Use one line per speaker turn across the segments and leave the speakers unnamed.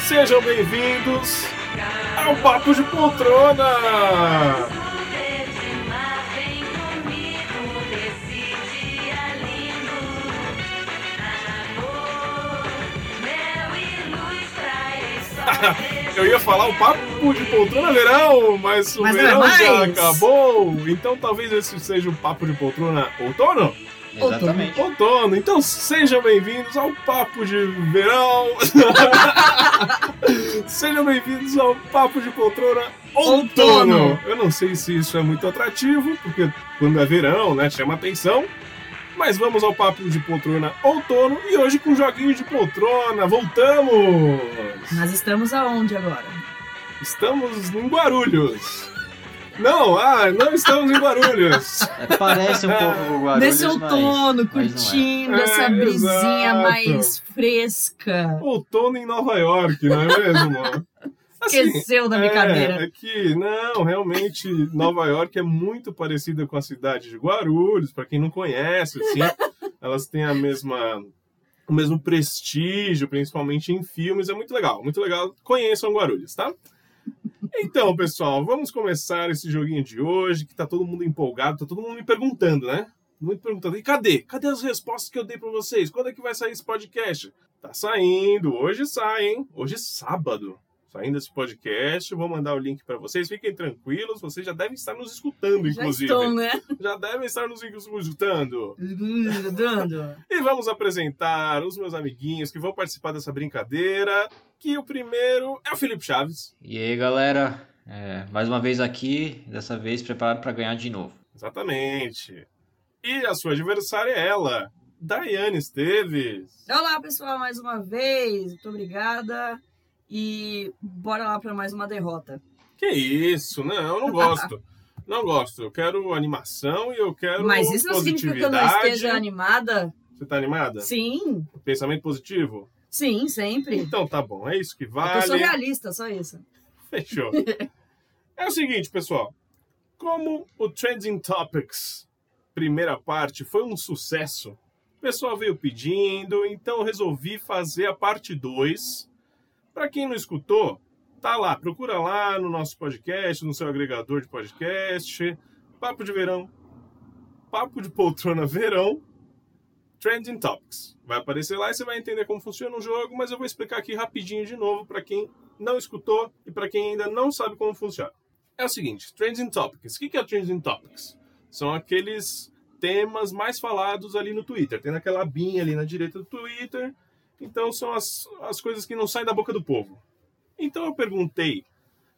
Sejam bem-vindos ao Papo de Poltrona! Eu ia falar o Papo de Poltrona Verão, mas o
Mas não é
verão já
mais.
acabou, então talvez esse seja o Papo de Poltrona Outono?
Exatamente.
Outono, então sejam bem-vindos ao Papo de Verão! sejam bem-vindos ao Papo de Poltrona Outono.
Outono.
Eu não sei se isso é muito atrativo, porque quando é verão, né, chama atenção. Mas vamos ao Papo de Poltrona Outono e hoje com joguinho de poltrona, voltamos!
Nós estamos aonde agora?
Estamos em Guarulhos! Não, ah, não estamos em Guarulhos!
É, Parece um pouco o Guarulhos,
Nesse
mas-
outono,
mas não é.
curtindo
É,
essa brisinha
exato.
mais fresca.
Outono em Nova York, não é mesmo?
Esqueceu da
É,
brincadeira.
É, que, não, realmente, Nova York é muito parecida com a cidade de Guarulhos, para quem não conhece, assim, elas têm a mesma o mesmo prestígio, principalmente em filmes, é muito legal, muito legal. Conheçam Guarulhos, tá? Então, pessoal, vamos começar esse joguinho de hoje, que tá todo mundo empolgado, tá todo mundo me perguntando, né? Muito perguntando, e cadê? Cadê as respostas que eu dei pra vocês? Quando é que vai sair esse podcast? Tá saindo, hoje sai, hein? Hoje é sábado saindo esse podcast. Vou mandar o link para vocês. Fiquem tranquilos, vocês já devem estar nos escutando,
Já
é, inclusive.
estão, né?
Já devem estar nos escutando.
Hum, Dando.
E vamos apresentar os meus amiguinhos que vão participar dessa brincadeira. Que o primeiro é o Felipe Chaves.
E aí, galera? É, mais uma vez aqui, dessa vez preparado pra ganhar de novo.
Exatamente. E a sua adversária é ela, Daiane Esteves.
Olá, pessoal, mais uma vez. Muito obrigada. E bora lá para mais uma derrota.
Que isso, não, eu não gosto. Não gosto, eu quero animação e eu quero
Mas isso não significa que eu não
positividade.
esteja animada?
Você tá animada?
Sim,
Pensamento positivo?
sim, sempre.
Então tá bom, é isso que
É que Eu sou
vale.
realista, só isso.
Fechou. É o seguinte, pessoal. Como o Trending Topics, primeira parte, foi um sucesso, o pessoal veio pedindo, então eu resolvi fazer a parte 2. Para quem não escutou, tá lá, procura lá no nosso podcast, no seu agregador de podcast, Papo de Verão, Papo de Poltrona Verão, Trending Topics. Vai aparecer lá e você vai entender como funciona o jogo, mas eu vou explicar aqui rapidinho de novo para quem não escutou e para quem ainda não sabe como funciona. É o seguinte, Trending Topics. O que que é Trending Topics? São aqueles temas mais falados ali no Twitter. Tem naquela abinha ali na direita do Twitter. Então são as, as coisas que não saem da boca do povo. Então eu perguntei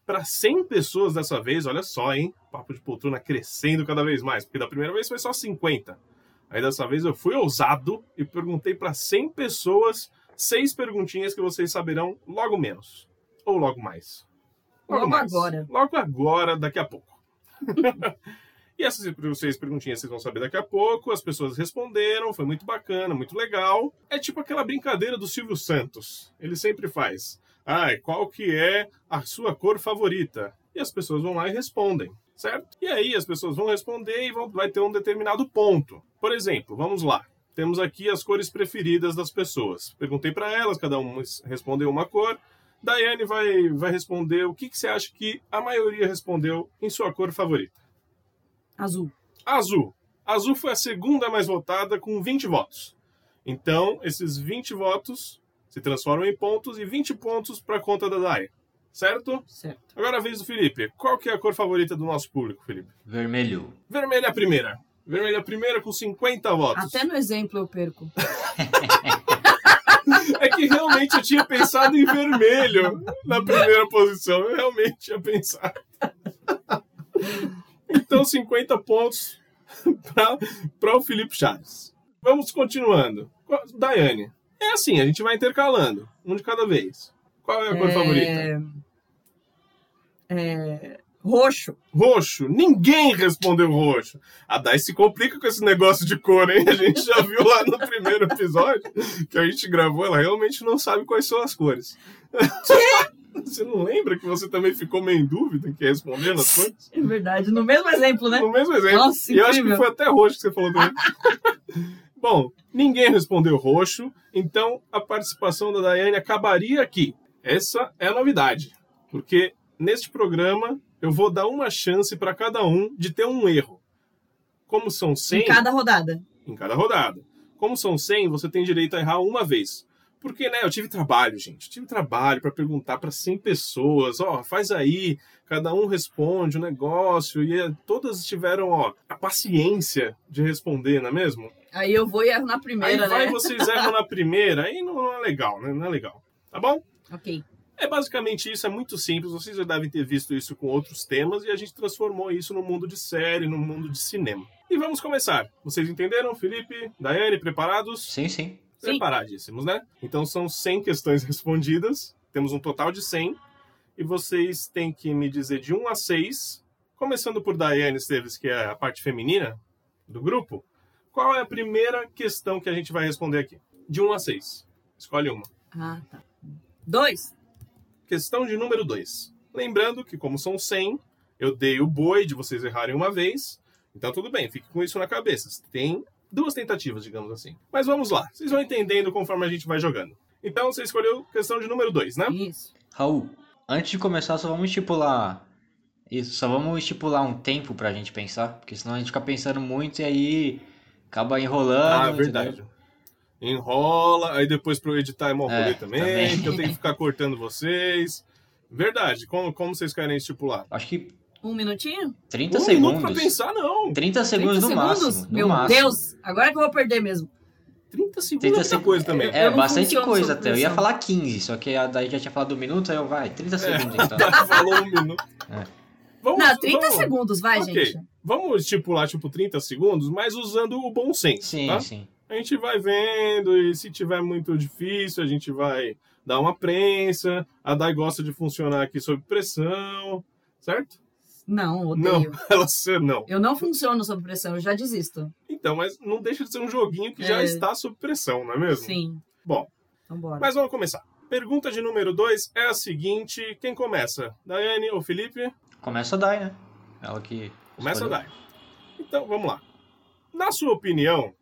para 100 pessoas dessa vez, olha só, hein? Papo de poltrona crescendo cada vez mais, porque da primeira vez foi só 50. Aí dessa vez eu fui ousado e perguntei para 100 pessoas seis perguntinhas que vocês saberão logo menos ou logo mais?
Logo
mais.
agora.
Logo agora, daqui a pouco. e essas seis perguntinhas vocês vão saber daqui a pouco. As pessoas responderam, foi muito bacana, muito legal. É tipo aquela brincadeira do Silvio Santos. Ele sempre faz. Ai, qual que é a sua cor favorita? E as pessoas vão lá e respondem, certo? E aí as pessoas vão responder e vão, vai ter um determinado ponto. Por exemplo, vamos lá. Temos aqui as cores preferidas das pessoas. Perguntei para elas, cada uma respondeu uma cor. Daiane vai, vai responder o que, que você acha que a maioria respondeu em sua cor favorita.
Azul.
Azul. Azul foi a segunda mais votada com 20 votos. Então, esses 20 votos se transformam em pontos e 20 pontos para conta da Daiane. Certo?
Certo.
Agora a vez do Felipe. Qual que é a cor favorita do nosso público, Felipe?
Vermelho.
Vermelha é a primeira. Vermelha é a primeira com 50 votos.
Até no exemplo eu perco.
É que realmente eu tinha pensado em vermelho na primeira posição. Eu realmente tinha pensado. Então, 50 pontos para o Felipe Chaves. Vamos continuando. Qual- Daiane, é assim, a gente vai intercalando, um de cada vez. Qual é a cor favorita?
É, Roxo.
Roxo. Ninguém respondeu roxo. A Dai se complica com esse negócio de cor, hein? A gente já viu lá no primeiro episódio que a gente gravou, ela realmente não sabe quais são as cores. Você não lembra que você também ficou meio em dúvida em que respondendo as cores?
É verdade. No mesmo exemplo, né?
No mesmo exemplo.
Nossa,
e eu acho que
incrível.
foi até roxo que você falou também. Bom, ninguém respondeu roxo, então a participação da Daiane acabaria aqui. Essa é a novidade, porque neste programa eu vou dar uma chance para cada um de ter um erro. Como são 100
Em cada rodada.
em cada rodada, como são 100, você tem direito a errar uma vez. Porque, né, eu tive trabalho, gente. Eu tive trabalho para perguntar para 100 pessoas, ó, faz aí, cada um responde o negócio e eh, todas tiveram, ó, a paciência de responder, não é mesmo?
Aí eu vou e erro na primeira,
aí vai
né?
vocês erram na primeira, aí não é legal, né? Não é legal. Tá bom?
Ok.
É basicamente isso, é muito simples. Vocês já devem ter visto isso com outros temas e a gente transformou isso no mundo de série, no mundo de cinema. E vamos começar. Vocês entenderam, Felipe, Daiane, preparados?
Sim, sim.
Sim.
Preparadíssimos, né? Então são 100 questões respondidas, temos um total de 100 e vocês têm que me dizer de 1 a 6, começando por Daiane Esteves, que é a parte feminina do grupo. Qual é a primeira questão que a gente vai responder aqui? De 1 a 6. Escolhe uma.
Ah, tá. Dois.
Questão de número 2. Lembrando que, como são 100, eu dei o boi de vocês errarem uma vez. Então, tudo bem, fique com isso na cabeça. Tem duas tentativas, digamos assim. Mas vamos lá, vocês vão entendendo conforme a gente vai jogando. Então, você escolheu questão de número 2, né?
Isso.
Raul, antes de começar, só vamos estipular. Isso, só vamos estipular um tempo pra gente pensar, porque senão a gente fica pensando muito e aí acaba enrolando.
Ah, verdade.
entendeu?
Enrola, aí depois pro editar é mó
É,
rolê também,
também.
que eu tenho que ficar cortando vocês. Verdade, como, como vocês querem estipular?
Acho que
Um minutinho?
30
um minuto pra
segundos.
pensar, não.
30 segundos
30
no máximo. No
Meu
máximo.
Deus, agora que eu vou perder mesmo.
30 segundos é
30
muita
seg-
coisa também.
É,
Eu não
bastante
funciono
coisa
sob
até. Eu ia
pressão.
falar 15, só que a- daí já tinha falado um minuto, aí eu vai,
É.
30 segundos então.
Falou um minuto.
É.
Vamos,
Não, 30
vamos-
segundos, vai,
Ok.
gente.
Vamos estipular, tipo, 30 segundos, mas usando o bom senso,
Sim,
tá?
sim.
A gente vai vendo e se tiver muito difícil, a gente vai dar uma prensa. A Dai gosta de funcionar aqui sob pressão, certo?
Não, odeio.
Ela se- não.
Eu não funciono sob pressão, eu já desisto.
Então, mas não deixa de ser um joguinho que já
É.
está sob pressão, não é mesmo?
Sim.
Bom.
Então bora.
Mas vamos começar. Pergunta de número 2 é a seguinte: quem começa? Daiane ou Felipe?
Começa a dar, né? Ela que.
Começa a
escolheu.
dar. Então, vamos lá. Na sua opinião,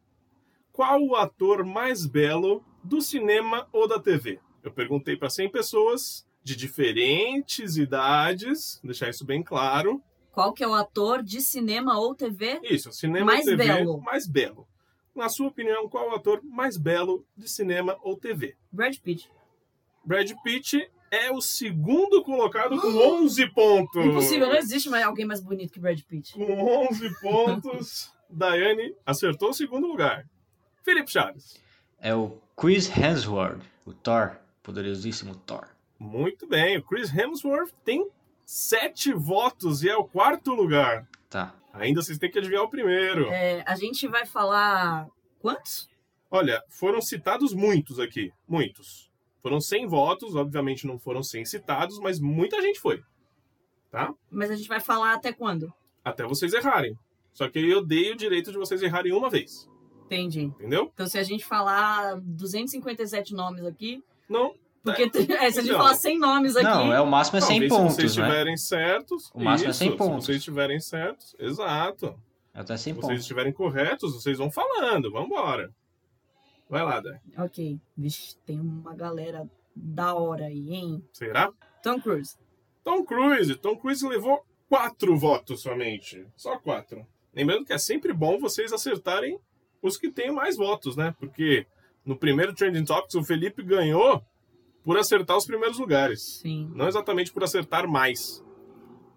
qual o ator mais belo do cinema ou da TV? Eu perguntei para 100 pessoas de diferentes idades, deixar isso bem claro.
Qual que é o ator de cinema ou TV?
Isso, cinema
Mais
ou TV
belo.
mais belo. Na sua opinião, qual o ator mais belo de cinema ou TV?
Brad Pitt.
Brad Pitt é o segundo colocado com 11 pontos.
Impossível, né, não existe mais alguém mais bonito que Brad Pitt.
Com 11 pontos, Daiane acertou o segundo lugar. Felipe Chaves.
É o Chris Hemsworth, o Thor, poderosíssimo Thor.
Muito bem, o Chris Hemsworth tem sete votos e é o quarto lugar.
Tá.
Ainda vocês têm que adivinhar o primeiro.
É, a gente vai falar quantos?
Olha, foram citados muitos aqui, muitos. Foram 100 votos, obviamente não foram 100 citados, mas muita gente foi,
Mas a gente vai falar até quando?
até vocês errarem. Só que eu dei o direito de vocês errarem uma vez,
Entendi.
entendeu?
Então se a gente falar 257 nomes aqui,
Não,
porque é, se a gente
Não.
falar 100 nomes aqui,
Não, é o máximo é 100
talvez se vocês
pontos, né?
estiverem certos,
O máximo é
isso,
100
Se
pontos.
vocês estiverem certos, exato.
É Até 100
Se vocês
pontos.
estiverem corretos, vocês vão falando, vambora. Vai lá, Dai.
ok. Vixe, tem uma galera da hora aí, hein?
Será?
Tom Cruise.
Tom Cruise. Tom Cruise levou quatro votos somente. Só quatro. Lembrando que é sempre bom vocês acertarem os que têm mais votos, né? Porque no primeiro Trending Topics o Felipe ganhou por acertar os primeiros lugares.
Sim.
Não exatamente por acertar mais.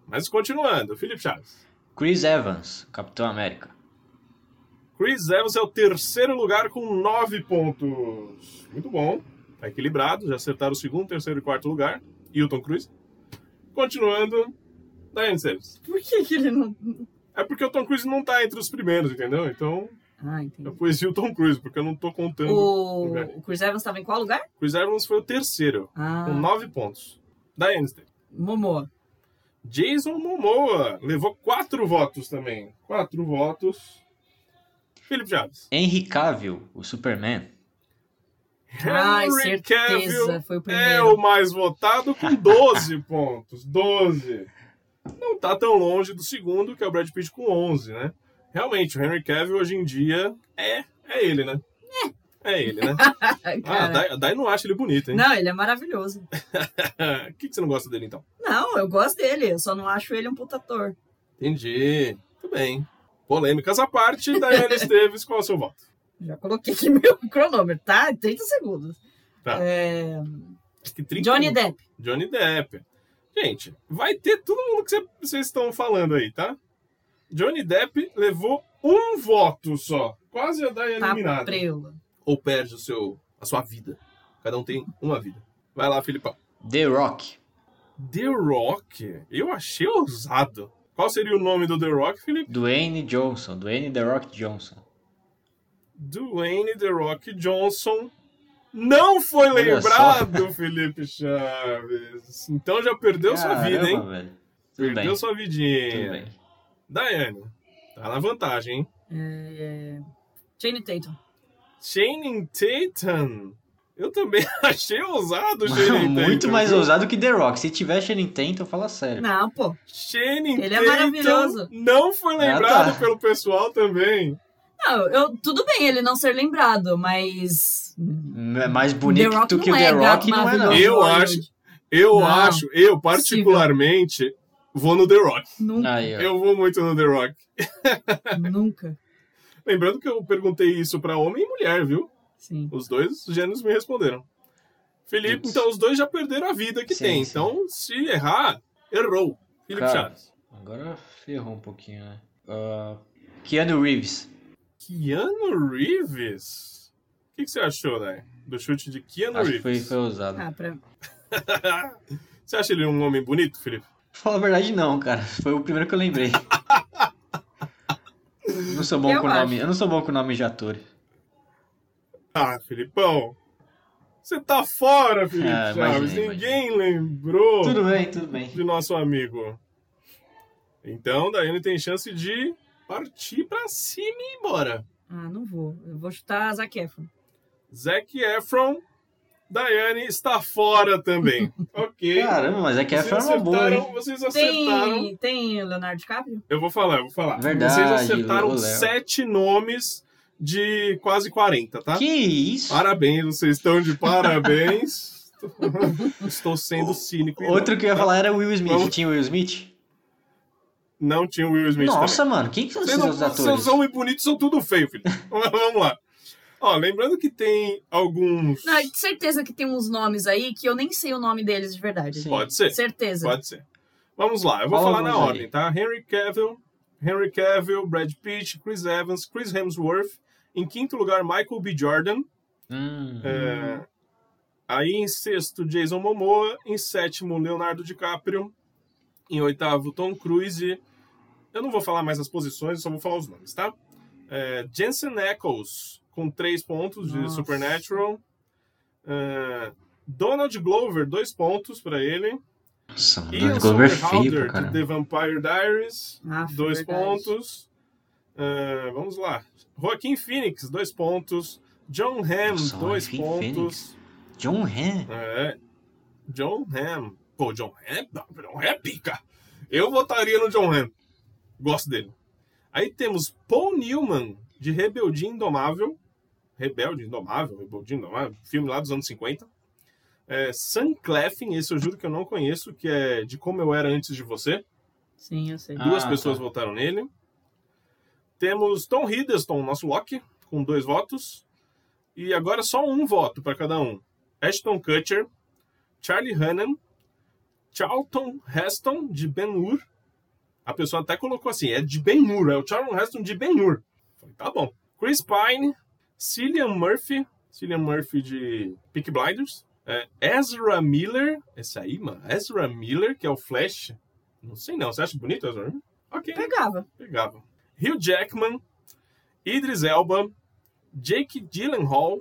Mas continuando, Felipe Chaves.
Chris Evans, Capitão América.
Chris Evans é o terceiro lugar com nove pontos. Muito bom. Tá equilibrado. Já acertaram o segundo, terceiro e quarto lugar. E o Tom Cruise. Continuando, Diane Seves.
Por que, que ele não.
É porque o Tom Cruise não tá entre os primeiros, entendeu? Então,
Ah, entendi.
eu poesia o Tom Cruise, porque eu não tô contando.
O,
lugar.
o Chris Evans estava em qual lugar?
Chris Evans foi o terceiro,
Ah,
com nove pontos. Diane Stein.
Momoa.
Jason Momoa levou quatro votos também. Quatro votos. Felipe Chaves.
Henry Cavill, o Superman.
Ai,
Henry Cavill
certeza. Foi o
é
primeiro.
o mais votado com 12 pontos. 12. Não tá tão longe do segundo, que é o Brad Pitt com 11, né? Realmente, o Henry Cavill hoje em dia é, é ele, né? É. É ele, né? Ah, a
tá.
Cara,
Dai, a Dai não acha ele bonito, hein?
Não, ele é maravilhoso.
O que, que você não gosta dele, então?
Não, eu gosto dele, eu só não acho ele um puta ator.
Entendi. Tudo bem. Polêmicas à parte, Daiane Esteves, qual é o seu voto?
Já coloquei aqui meu cronômetro, tá? 30 segundos.
Tá.
É,
Acho que um. 30
Johnny Depp.
Johnny Depp. Gente, vai ter todo mundo que cê- vocês estão falando aí, tá? Johnny Depp levou um voto só. Quase a Dai
Tá
eliminada.
preula.
Ou perde o seu, a sua vida. Cada um tem uma vida. Vai lá, Filipão.
The Rock.
The Rock? Eu achei ousado. Qual seria o nome do The Rock, Felipe?
Dwayne Johnson. Dwayne The Rock Johnson.
Dwayne The Rock Johnson. Não foi
Olha só.
lembrado, Felipe Chaves. Então já perdeu sua vida, hein?
Caramba, velho. Tudo
Perdeu
bem.
sua
Tudo
vidinha.
bem.
Daiane, tá na vantagem, hein?
É... Jane Tatum.
Channing Tatum. Eu também achei ousado o Channing Tatum.
Muito mais
viu?
ousado que The Rock. Se tiver Shannon Tatum, eu falo
É.
sério.
Não, pô.
Channing
Ele é
Tatum
maravilhoso.
não foi
Ah,
lembrado
tá.
pelo pessoal também.
Não, eu, tudo bem ele não ser lembrado, mas.
É mais bonito
The Rock
que o
não
The
é
Rock,
gato
não é não.
maravilhoso.
Eu acho. Eu
Não,
acho, eu particularmente, vou no The Rock.
Nunca.
Aí, ó.
Eu vou muito no The Rock.
nunca.
Lembrando que eu perguntei isso pra homem e mulher, viu?
Sim.
Os dois gêneros me responderam. Felipe,
Putz.
então os dois já perderam a vida que
Sim,
tem.
sim.
Então, se errar, errou. Felipe
Cara.
Chaves.
Agora ferrou um pouquinho, né? Ah, Keanu Reeves.
Keanu Reeves? O que, que você achou, né? Do chute de Keanu
Acho que foi,
Reeves.
foi ousado.
Ah, pra...
você acha ele um homem bonito, Felipe?
Fala a verdade, não, cara. Foi o primeiro que eu lembrei. não sou bom
Eu
com
acho.
nome. Eu não sou bom com nome de ator.
Ah, Filipão. Você tá fora, Felipe
Ah,
Chaves.
imaginei,
Ninguém lembrou
Tudo bem, tudo bem.
de nosso amigo. Então, Daiane tem chance de partir pra cima e ir embora.
ah, não vou. Eu vou chutar a Zac Efron.
Zac Efron. Daiane está fora também. ok.
Caramba, mas é que
Vocês
Efron é uma boa,
acertaram-
hein?
Vocês acertaram.
Tem, tem Leonardo DiCaprio?
Eu vou falar, eu vou falar.
Verdade,
Vocês acertaram
o Léo.
sete nomes de quase 40, tá?
Que isso?
Parabéns, vocês estão de parabéns. Estou sendo cínico. e
Outro que eu ia
tá?
falar era o Will Smith.
Vamos-
Tinha o Will Smith?
Não tinha o Will Smith
Nossa, mano, quem que são
também.
esses
Vocês não-
outros atores?
Seus homens bonitos são tudo feio, filho. Vamos lá. Ó, lembrando que tem alguns...
Não, de certeza que tem uns nomes aí que eu nem sei o nome deles de verdade.
Sim.
Pode ser,
Certeza.
pode ser. Vamos lá, eu vou
Fala
falar na
alguns aí.
ordem, tá? Henry Cavill, Henry Cavill, Brad Pitt, Chris Evans, Chris Hemsworth. Em quinto lugar, Michael B. Jordan.
Hum,
É, Aí em sexto, Jason Momoa. Em sétimo, Leonardo DiCaprio. Em oitavo, Tom Cruise. Eu não vou falar mais as posições, só vou falar os nomes, tá? É, Jensen Ackles, com três pontos de
Nossa.
Supernatural. É, Donald Glover, dois pontos pra ele.
Nossa, mano,
Ian
Donald Glover é feio pra
Somerhalder, de
caramba.
The Vampire Diaries,
Ah,
dois
verdade.
pontos. É, vamos lá. Joaquim Phoenix, dois pontos. John Hamm,
Nossa,
dois
Joaquin
pontos.
Phoenix. John Hamm.
É. John Ham. Pô, John Ham? Não, John Ham é pica. Eu votaria no John Ham. Gosto dele. Aí temos Paul Newman, de Rebeldia Indomável. Rebelde Indomável, Rebeldia Indomável, filme lá dos anos 50. É, Sam Cleffin, esse eu juro que eu não conheço, que é de Como Eu Era Antes de Você.
Sim, eu sei.
Ah.
Duas pessoas
tá.
votaram nele. Temos Tom Hiddleston, nosso Loki, com dois votos. E agora só um voto para cada um. Ashton Kutcher, Charlie Hannan, Charlton Heston de Ben-Hur. A pessoa até colocou assim, é de Ben-Hur, é o Charlton Heston de Ben-Hur. Falei, tá bom. Chris Pine, Cillian Murphy, Cillian Murphy de Peaky Blinders. É, Ezra Miller, esse aí, mano, Ezra Miller, que é o Flash. Não sei não, você acha bonito Ezra Miller? Ok,
Pegava.
pegava. Hugh Jackman, Idris Elba, Jake Gyllenhaal,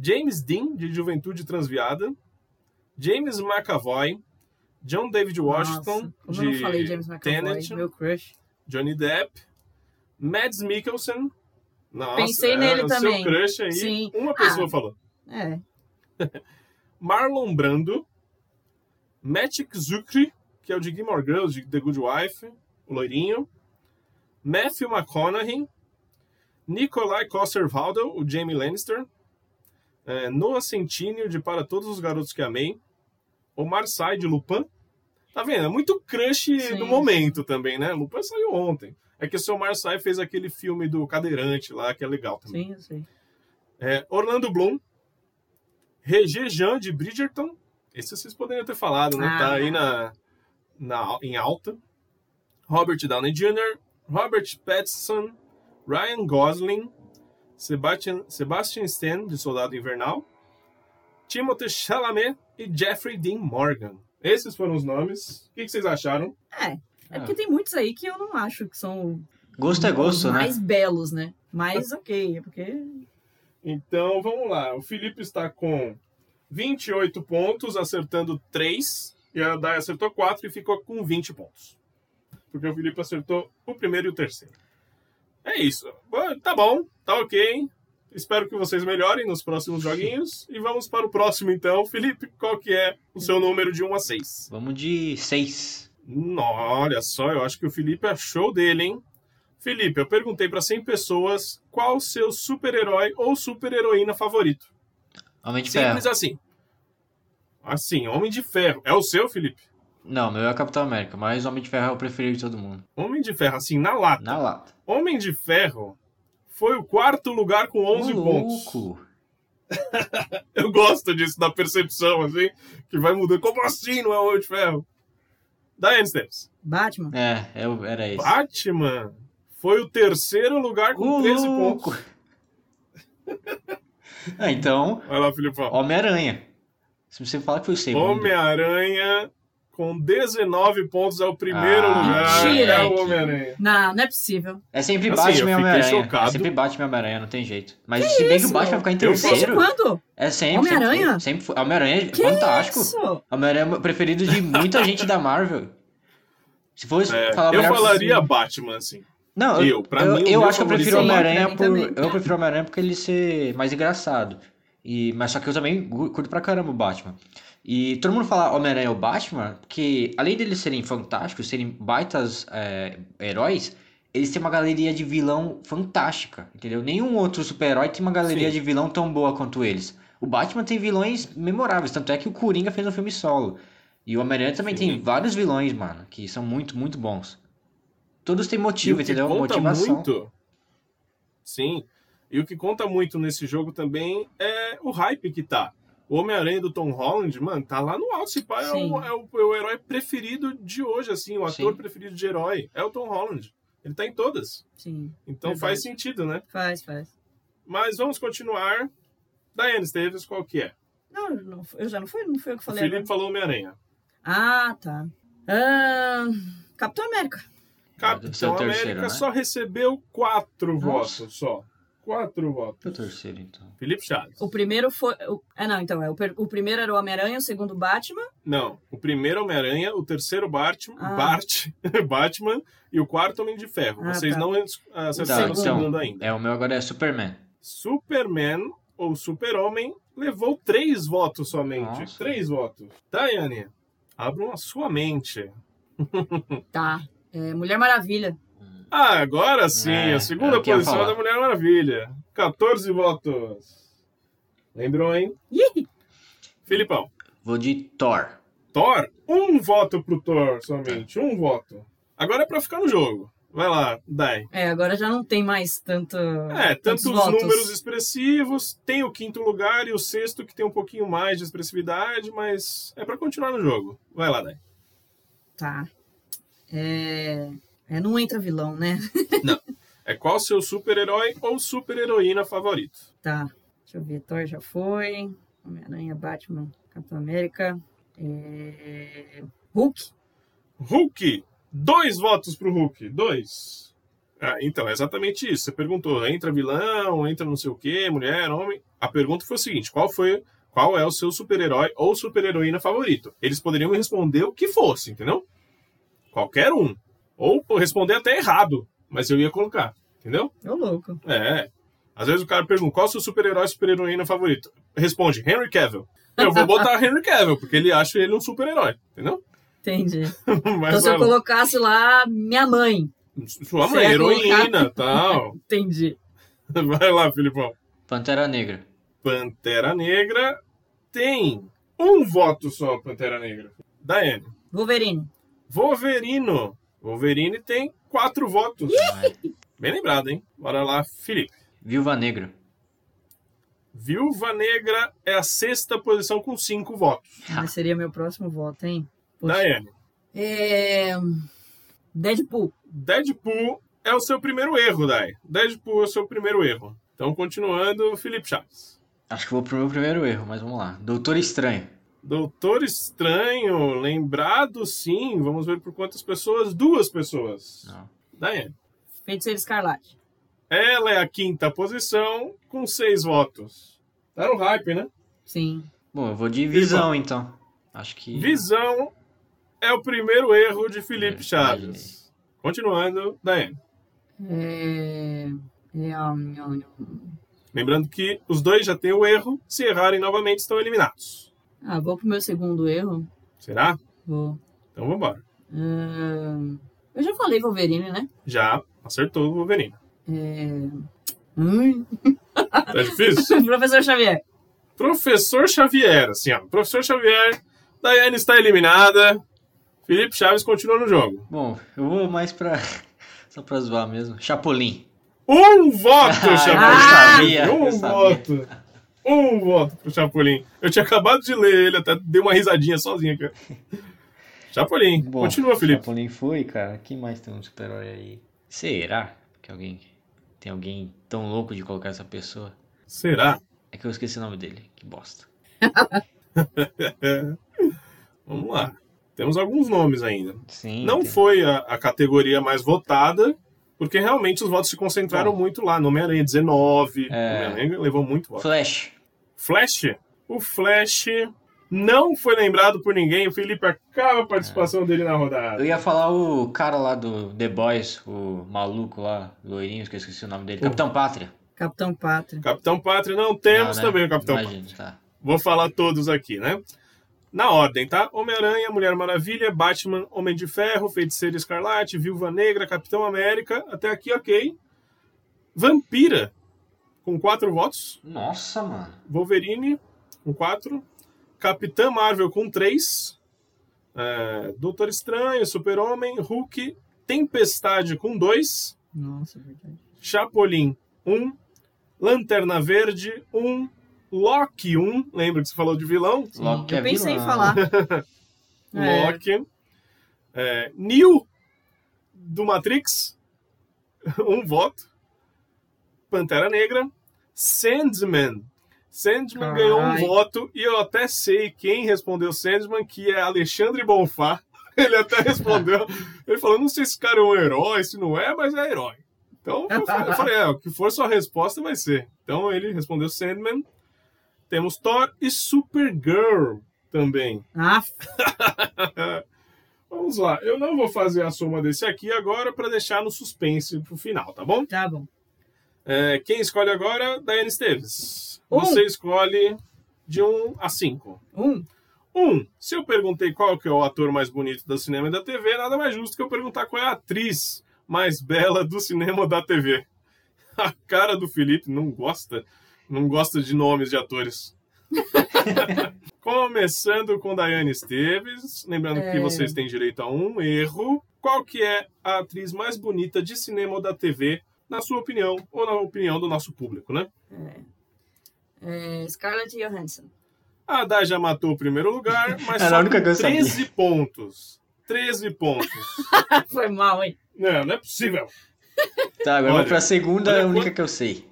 James Dean, de Juventude Transviada, James McAvoy, John David Washington,
Nossa, como
de
eu não falei James McAvoy,
Tenet,
meu crush.
Johnny Depp, Mads Mikkelsen. Nossa,
Pensei
é,
nele
o
também.
Seu crush aí,
Sim.
uma pessoa
Ah.
falou.
É.
Tá Marlon Brando, Magic Zucre, que é o de Gilmore Girls, de The Good Wife, o loirinho, Matthew McConaughey, Nikolai Coster-Waldau, o Jamie Lannister, é, Noah Centineo de Para Todos os Garotos que Amei, Omar Sy de Lupin. Tá vendo? É muito crush
Sim.
do momento também, né? Lupin saiu ontem. É que o seu Omar Sy fez aquele filme do Cadeirante lá, que é legal também.
Sim, eu sei.
É, Orlando Bloom, Regé Jean de Bridgerton. Esse vocês poderiam ter falado, né?
Ah.
Tá aí na, na, em alta. Robert Downey Jr., Robert Pattinson, Ryan Gosling, Sebastian, Sebastian Stan de Soldado Invernal, Timothée Chalamet e Jeffrey Dean Morgan. Esses foram os nomes. O que que vocês acharam?
É porque tem muitos aí que eu não acho que são
Gosto é gosto,
os
né?
mais belos, né? Mas ok, é porque
Então vamos lá. O Felipe está com 28 pontos, acertando 3. E a Dai acertou 4 e ficou com 20 pontos. Porque o Felipe acertou o primeiro e o terceiro. É isso. Bom, Tá bom, tá ok. Espero que vocês melhorem nos próximos joguinhos. E vamos para o próximo então. Felipe, qual que é o seu número de 1 a 6?
Vamos de seis.
Nó, Olha só, eu acho que o Felipe achou dele, hein? Felipe, eu perguntei para 100 pessoas qual o seu super-herói ou super-heroína favorito.
Homem de Ferro.
Simples assim. Assim, Homem de Ferro. É o seu, Felipe?
Não, meu é o Capitão América, mas Homem de Ferro é o preferido de todo mundo.
Homem de Ferro, assim, na lata.
Na lata.
Homem de Ferro foi o quarto lugar com 11
Ô,
pontos.
louco.
Eu gosto disso, da percepção, assim, que vai mudando. Como assim não é o Homem de Ferro? Diane Steps.
Batman.
É, eu, era esse.
Batman foi o terceiro lugar com
Ô,
13
louco.
pontos.
Ah, então,
Vai lá, Filipão.
Homem-Aranha. Se você falar que foi o segundo.
Homem-Aranha com 19 pontos é o primeiro
Ah,
lugar.
mentira.
É o Homem-Aranha.
Não, não é possível.
É sempre
Assim,
Batman
eu
e
fiquei
Homem-Aranha. É
chocado.
sempre Batman e Homem-Aranha, não tem jeito. Mas se bem que
isso?
o Batman vai ficar em
Eu
Desde
Sério?
terceiro.
quando?
É sempre.
Homem-Aranha?
sempre- Sempre foi. Homem-Aranha é
Que
fantástico.
Isso!
Homem-Aranha é o meu preferido de muita gente da Marvel. Se fosse
É,
falar
eu
melhor-
falaria Batman, assim.
Não, eu,
eu, pra
eu,
mim, o
eu
meu
acho que
favorito
eu prefiro
é
o
Homem-Aranha
Batman. Pra mim
por. Eu prefiro Homem-Aranha porque ele ser mais engraçado. E, mas só que eu também gu- curto pra caramba o Batman. E todo mundo fala Homem-Aranha ou Batman, porque além deles serem fantásticos, serem baitas é, heróis, eles têm uma galeria de vilão fantástica, entendeu? Nenhum outro super-herói tem uma galeria
Sim.
de vilão tão boa quanto eles. O Batman tem vilões memoráveis, tanto é que o Coringa fez um filme solo. E o Homem-Aranha também
Sim.
tem vários vilões, mano, que são muito, muito bons. Todos têm
E o
motivo,
que
entendeu?
conta
Motivação.
muito. Sim. E o que conta muito nesse jogo também é o hype que tá. O Homem-Aranha do Tom Holland, mano, tá lá no alto. Esse pai é
Sim.
o, é o- é o herói preferido de hoje, assim, o ator
Sim.
preferido de herói. É o Tom Holland. Ele tá em todas.
Sim,
Então
Verdade.
faz sentido, né?
faz, faz.
Mas vamos continuar. Diane Esteves, qual que é?
Não, não foi- eu já não fui, não fui eu que
O
falei. né?
Felipe
agora.
falou Homem-Aranha.
Ah, tá. Ahn, Capitão América.
Deve ser o
Capitão
terceiro,
então, América
né?
só recebeu quatro
Nossa.
votos, só. Quatro votos.
Pro terceiro, então.
Felipe Chaves.
O primeiro foi. O, é, não, então. É, o, per- o primeiro era o Homem-Aranha, o segundo Batman.
Não, o primeiro Homem-Aranha, o terceiro Batman,
Ah.
Bart, Batman e o quarto Homem de Ferro.
Ah,
Vocês
tá.
não es- acertaram
Tá,
o
então.
segundo ainda.
É, o meu agora é Superman.
Superman ou Super-Homem levou três votos somente.
Nossa.
Três votos. Daiane, abram a sua mente.
Tá. É, Mulher Maravilha.
Ah, agora sim,
É,
a segunda
é o que eu ia
posição
falar.
da Mulher Maravilha. 14 votos. Lembrou, hein?
Ih!
Filipão,
Vou de Thor.
Thor, um voto pro Thor somente, um voto. Agora é pra ficar no jogo. Vai lá, Dai.
É, agora já não tem mais tanto.
É,
tantos
tantos
votos.
números expressivos, tem o quinto lugar e o sexto que tem um pouquinho mais de expressividade, mas é pra continuar no jogo. Vai lá, Dai.
Tá. É, é, não entra vilão, né?
É qual seu super-herói ou super-heroína favorito?
Tá. Deixa eu ver, Thor já foi. Homem-Aranha, Batman, Capitão América. é, Hulk.
Hulk! Dois votos pro Hulk, dois. Ah, então, é exatamente isso. Você perguntou, entra vilão, entra não sei o quê, mulher, homem. A pergunta foi o seguinte, qual foi... Qual é o seu super-herói ou super-heroína favorito? Eles poderiam responder o que fosse, entendeu? Qualquer um. Ou responder até errado, mas eu ia colocar, entendeu?
Ô, louco.
É. Às vezes o cara pergunta qual é o seu super-herói super-heroína favorito. Responde, Henry Cavill. Eu vou botar Henry Cavill, porque ele acha ele um super-herói, entendeu?
Entendi. então,
Mas
se
vai
eu
lá.
colocasse lá minha mãe.
sua
se
mãe,
eu
heroína, tal.
Entendi.
Vai lá, Filipão.
Pantera Negra.
Pantera Negra tem um voto só, Pantera Negra. Daiane.
Wolverine.
Wolverino. Wolverine tem quatro votos. Bem lembrado, hein? Bora lá, Felipe.
Viúva Negra.
Viúva Negra é a sexta posição com cinco votos.
Mas seria meu próximo voto, hein? Poxa.
Daiane.
É... Deadpool.
Deadpool é o seu primeiro erro, Dai. Deadpool é o seu primeiro erro. Então, continuando, Felipe Chaves.
Acho que vou pro meu primeiro erro, mas vamos lá. Doutor Estranho.
Doutor Estranho, lembrado sim. Vamos ver por quantas pessoas? Duas pessoas.
Não.
Daiane.
Feiticeiro Escarlate.
Ela é a quinta posição com seis votos. Tá no hype, né?
Sim.
Bom, eu vou de visão, então. Acho que.
Visão é o primeiro erro de Felipe
É,
Chaves. Continuando, Daiane.
É... é, hum, hum.
Lembrando que os dois já têm o erro. Se errarem novamente, estão eliminados.
Ah, vou pro meu segundo erro.
Será?
Vou.
Então vamos embora.
Hum, Eu já falei Wolverine, né?
Já acertou o Wolverine.
É... hum,
Tá difícil?
Professor Xavier.
Professor Xavier, assim, ó. Professor Xavier, Daiane está eliminada. Felipe Chaves continua no jogo.
Bom, eu vou mais pra. Só pra zoar mesmo. Chapolin.
Um voto,
Ah,
Chapolin!
eu sabia,
um
eu sabia.
voto! Um voto pro Chapolin. Eu tinha acabado de ler ele, até dei uma risadinha sozinha aqui. Chapolin,
Bom,
continua, Felipe.
Chapolin foi, cara. Quem mais tem um super-herói aí? Será que alguém. Tem alguém tão louco de colocar essa pessoa?
Será?
É que eu esqueci o nome dele. Que bosta.
Vamos lá. Temos alguns nomes ainda.
Sim.
Não
tem-
foi a, a categoria mais votada, porque realmente os votos se concentraram
Bom.
muito lá. No Homem-Aranha 19,
É.
Homem-Aranha levou muito voto.
Flash.
Flash? O Flash não foi lembrado por ninguém. O Felipe acaba a participação dele na rodada.
Eu ia falar o cara lá do The Boys, o maluco lá, loirinho, que eu esqueci o nome dele.
Pô.
Capitão Pátria.
Capitão Pátria.
Capitão Pátria não temos
Ah, né?
também o Capitão Pátria.
Imagino, tá.
Vou falar todos aqui, né? Na ordem, tá? Homem-Aranha, Mulher Maravilha, Batman, Homem de Ferro, Feiticeiro Escarlate, Viúva Negra, Capitão América. Até aqui, ok. Vampira, com quatro votos.
Nossa, mano.
Wolverine, com quatro. Capitã Marvel, com três. É, Doutor Estranho, Super-Homem, Hulk, Tempestade, com dois.
Nossa, verdade.
Chapolin, 1. Lanterna Verde, 1. Loki, 1. Lembra que você falou de vilão?
Sim,
Loki
eu
é
pensei em
vilão.
falar. É.
Loki. É, Neo, do Matrix, um voto. Pantera Negra. Sandman. Sandman
Carai.
ganhou um voto e eu até sei quem respondeu Sandman, que é Alexandre Bonfá. Ele até respondeu. Ele falou: não sei se esse cara é um herói, se não é, mas é herói. Então eu fa- eu falei, é, o que for sua resposta vai ser. Então ele respondeu Sandman. Temos Thor e Supergirl também.
Ah,
Vamos lá, eu não vou fazer a soma desse aqui agora para deixar no suspense pro final, tá bom?
tá bom.
É, quem escolhe agora? Daiane Esteves.
Um.
Você escolhe de 1 a 5.
Um.
1. Se eu perguntei qual que é o ator mais bonito do cinema e da TV, nada mais justo que eu perguntar qual é a atriz mais bela do cinema ou da TV. A cara do Felipe não gosta, não gosta de nomes de atores. Começando com Daiane Esteves, lembrando que
É.
vocês têm direito a um erro. Qual que é a atriz mais bonita de cinema ou da TV, na sua opinião, ou na opinião do nosso público, né?
É, Scarlett Johansson.
A Dai já matou o primeiro lugar, mas
Era
só
a única
com
que eu sabia.
13 pontos. 13 pontos.
Foi mal, hein?
não, não é possível.
Tá, agora eu
Olha,
vou pra segunda,
olha
a única
quant-
que eu sei.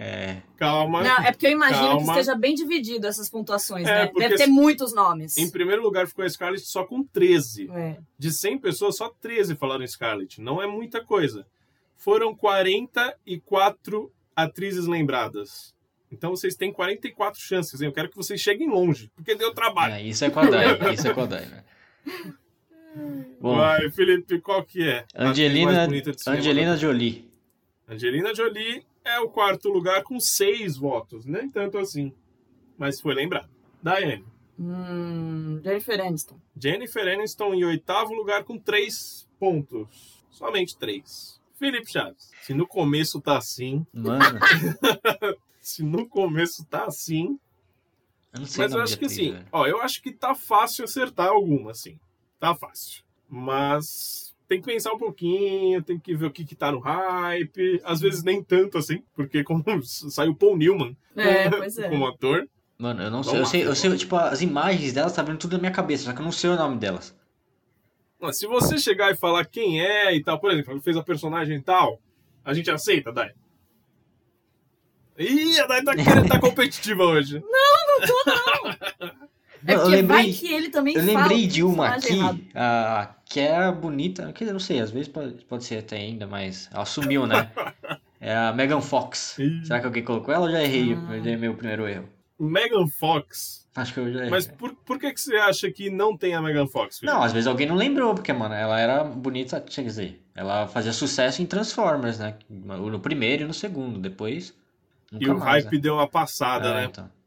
É.
Calma.
Não, é porque eu imagino
Calma.
que esteja bem dividido essas pontuações,
É,
né?
porque
Deve ter
se-
muitos nomes.
Em primeiro lugar ficou a Scarlett só com 13.
É.
De 100 pessoas, só 13 falaram Scarlett. Não é muita coisa. Foram 44 atrizes lembradas. Então vocês têm 44 chances, hein? Eu quero que vocês cheguem longe, porque deu trabalho.
é, isso é com a Dai, isso é com a Dai, né? Bom,
Vai, Felipe, qual que é? a atriz mais
Angelina,
bonita de cinema?
Angelina Jolie.
Angelina Jolie é o quarto lugar com seis votos. Nem tanto assim, mas foi lembrado. Diane.
Hum, Jennifer Aniston.
Jennifer Aniston em oitavo lugar com três pontos. Somente três. Felipe Chaves. Se no começo tá assim,
Mano,
se no começo tá assim.
Eu não né? sei
Mas
o
eu
nome
acho
de
que
atriz,
assim,
velho.
ó, eu acho que tá fácil acertar alguma, assim. Tá fácil. Mas tem que pensar um pouquinho, tem que ver o que que tá no hype. Às vezes nem tanto, assim, porque como saiu Paul Newman
É, pois é.
como ator,
Mano, eu não
Vamos
sei. Eu
lá,
sei, eu
vamos
sei, tipo, as imagens delas tá vendo tudo na minha cabeça, só que eu não sei o nome delas.
Mas se você chegar e falar quem é e tal, por exemplo, ele fez a personagem tal, a gente aceita, Dai? Ih, a Dai tá, querendo, tá competitiva hoje.
É
eu
porque vai
lembrei-
que ele também
Eu
fala
lembrei de uma
personagem errado.
aqui, ah, que era bonita, quer dizer, não sei, às vezes pode, pode ser até ainda, mas ela sumiu, né? É a Megan Fox.
Ih.
Será que alguém colocou ela? Eu já errei,
Ah.
eu já errei meu primeiro erro.
Megan Fox.
Acho que eu já errei.
Mas por, por que, que você acha que não tem a Megan Fox? Felipe?
É. Não, às vezes alguém não lembrou, porque, mano, ela era bonita, quer dizer, ela fazia sucesso em Transformers, né? No primeiro e no segundo, depois. Nunca
e o
mais,
hype deu uma
né?
passada,
É,
né?
então.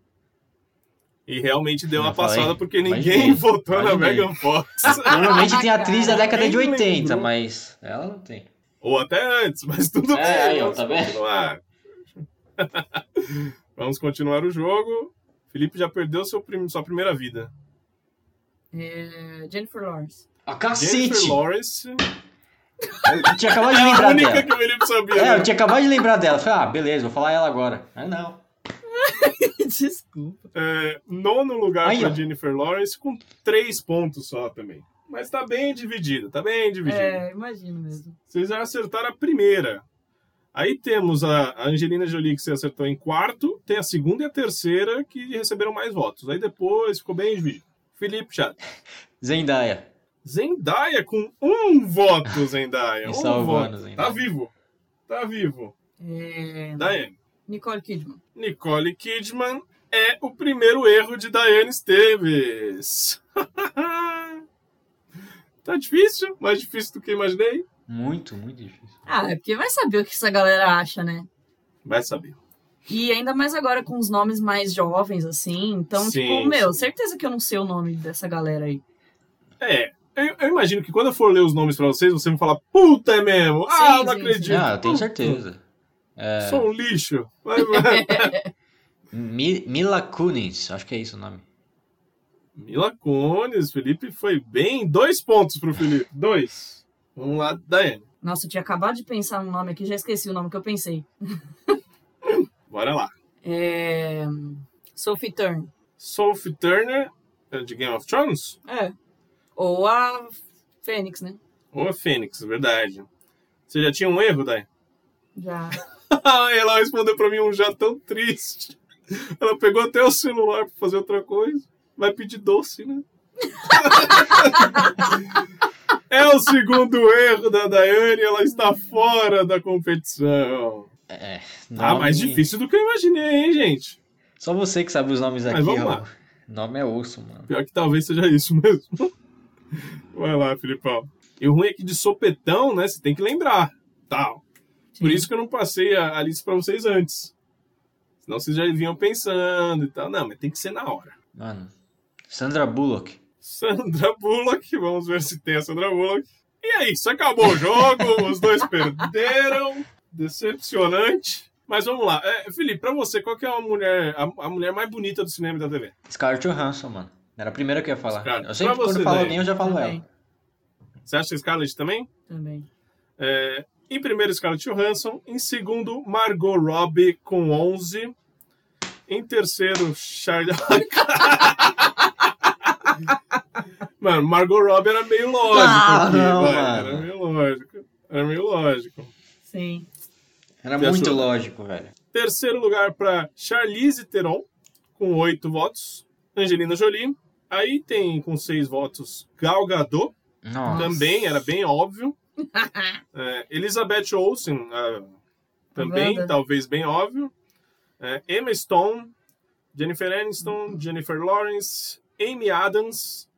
E realmente deu
Eu
uma
falei,
passada porque ninguém
imaginei,
votou na
imaginei.
Megan Fox.
Provavelmente tem atriz da década de
Ninguém
80,
lembrou.
mas ela não tem.
Ou até antes, mas tudo
É,
bem.
aí, ó,
vamos
tá vendo?
continuar. vamos continuar o jogo. Felipe já perdeu seu prim- sua primeira vida.
É, Jennifer Lawrence.
A
Jennifer
cacete!
Lawrence
Eu tinha acabado de
é a
lembrar
única
dela.
que o Felipe sabia.
É,
né?
eu tinha acabado de lembrar dela. Eu Falei, ah, beleza, vou falar ela agora. Ah, não.
Desculpa.
É, nono lugar
Aí,
pra
ó.
Jennifer Lawrence com três pontos só também. Mas tá bem dividido, tá bem dividido.
É, imagino mesmo.
Vocês já acertaram a primeira. Aí temos a a Angelina Jolie, que você acertou em quarto. Tem a segunda e a terceira, que receberam mais votos. Aí depois ficou bem dividido. Felipe Chato.
Zendaya.
Zendaya com um voto, Zendaya.
Me
um
salvando,
voto.
Zendaya.
Tá vivo. Tá vivo.
É,
Daiane.
Nicole Kidman.
Nicole Kidman é o primeiro erro de Diane Esteves. tá difícil, mais difícil do que imaginei.
Muito, muito difícil.
Ah, é porque vai saber o que essa galera acha, né?
Vai saber.
E ainda mais agora com os nomes mais jovens, assim. Então,
Sim,
tipo, meu,
sim.
certeza que eu não sei o nome dessa galera aí.
É, eu, eu imagino que quando eu for ler os nomes pra vocês, vocês vão falar, puta é mesmo, ah,
Sim,
não
sim,
acredito.
sim.
Ah, eu tenho
Puta,
certeza. É,
Sou um lixo. Vai, vai.
Mi- Mila Kunis, acho que é isso o nome.
Mila Kunis, Felipe foi bem. Dois pontos pro Felipe, dois. Vamos lá, Diane.
Nossa, eu tinha acabado de pensar no nome aqui, já esqueci o nome que eu pensei.
Bora lá.
É. Sophie Turner.
Sophie Turner, de Game of Thrones?
É. Ou a Fênix, né?
Ou a Fênix, verdade. Você já tinha um erro, Dai?
Já.
Ela respondeu pra mim um já tão triste. Ela pegou até o celular pra fazer outra coisa. Vai pedir doce, né? é o segundo erro da Daiane. Ela está fora da competição.
É,
Ah,
nome-
mais difícil do que eu imaginei, hein, gente?
Só você que sabe os nomes
Mas
aqui,
vamos
ó.
lá.
Nome é osso, mano.
Pior que talvez seja isso mesmo. Vai lá, Filipão. E o ruim é que de sopetão, né? Você tem que lembrar. Tal. Por isso que eu não passei a, a lista pra vocês antes. Senão vocês já vinham pensando e tal. Não, mas tem que ser na hora.
Mano. Sandra Bullock.
Sandra Bullock, vamos ver se tem a Sandra Bullock. E é isso, acabou o jogo, os dois perderam. Decepcionante. Mas vamos lá. É, Felipe, pra você, qual que é a mulher, a, a mulher mais bonita do cinema e da TV?
Scarlett Johansson, mano. Era a primeira que eu ia falar.
Scarlett.
Eu sempre
Pra você, Uhum.
quando falo
daí.
alguém, eu já falo
Também.
ela.
Você acha é Scarlett também?
Também.
É, em primeiro, Scarlett Johansson. Em segundo, Margot Robbie com 11. Em terceiro, Charlie. mano, Margot Robbie era meio lógico.
Ah,
aqui,
não,
vai,
mano.
Era meio lógico. Era meio lógico.
Sim.
Era
Você
muito
achou?
lógico, velho.
Terceiro lugar para Charlize Theron, com oito votos. Angelina Jolie. Aí tem com seis votos Gal Gadot.
Nossa.
Também, era bem óbvio. É, Elizabeth Olsen, ah, também,
Wanda.
talvez bem óbvio. É, Emma Stone, Jennifer Aniston, Jennifer Lawrence, Amy Adams.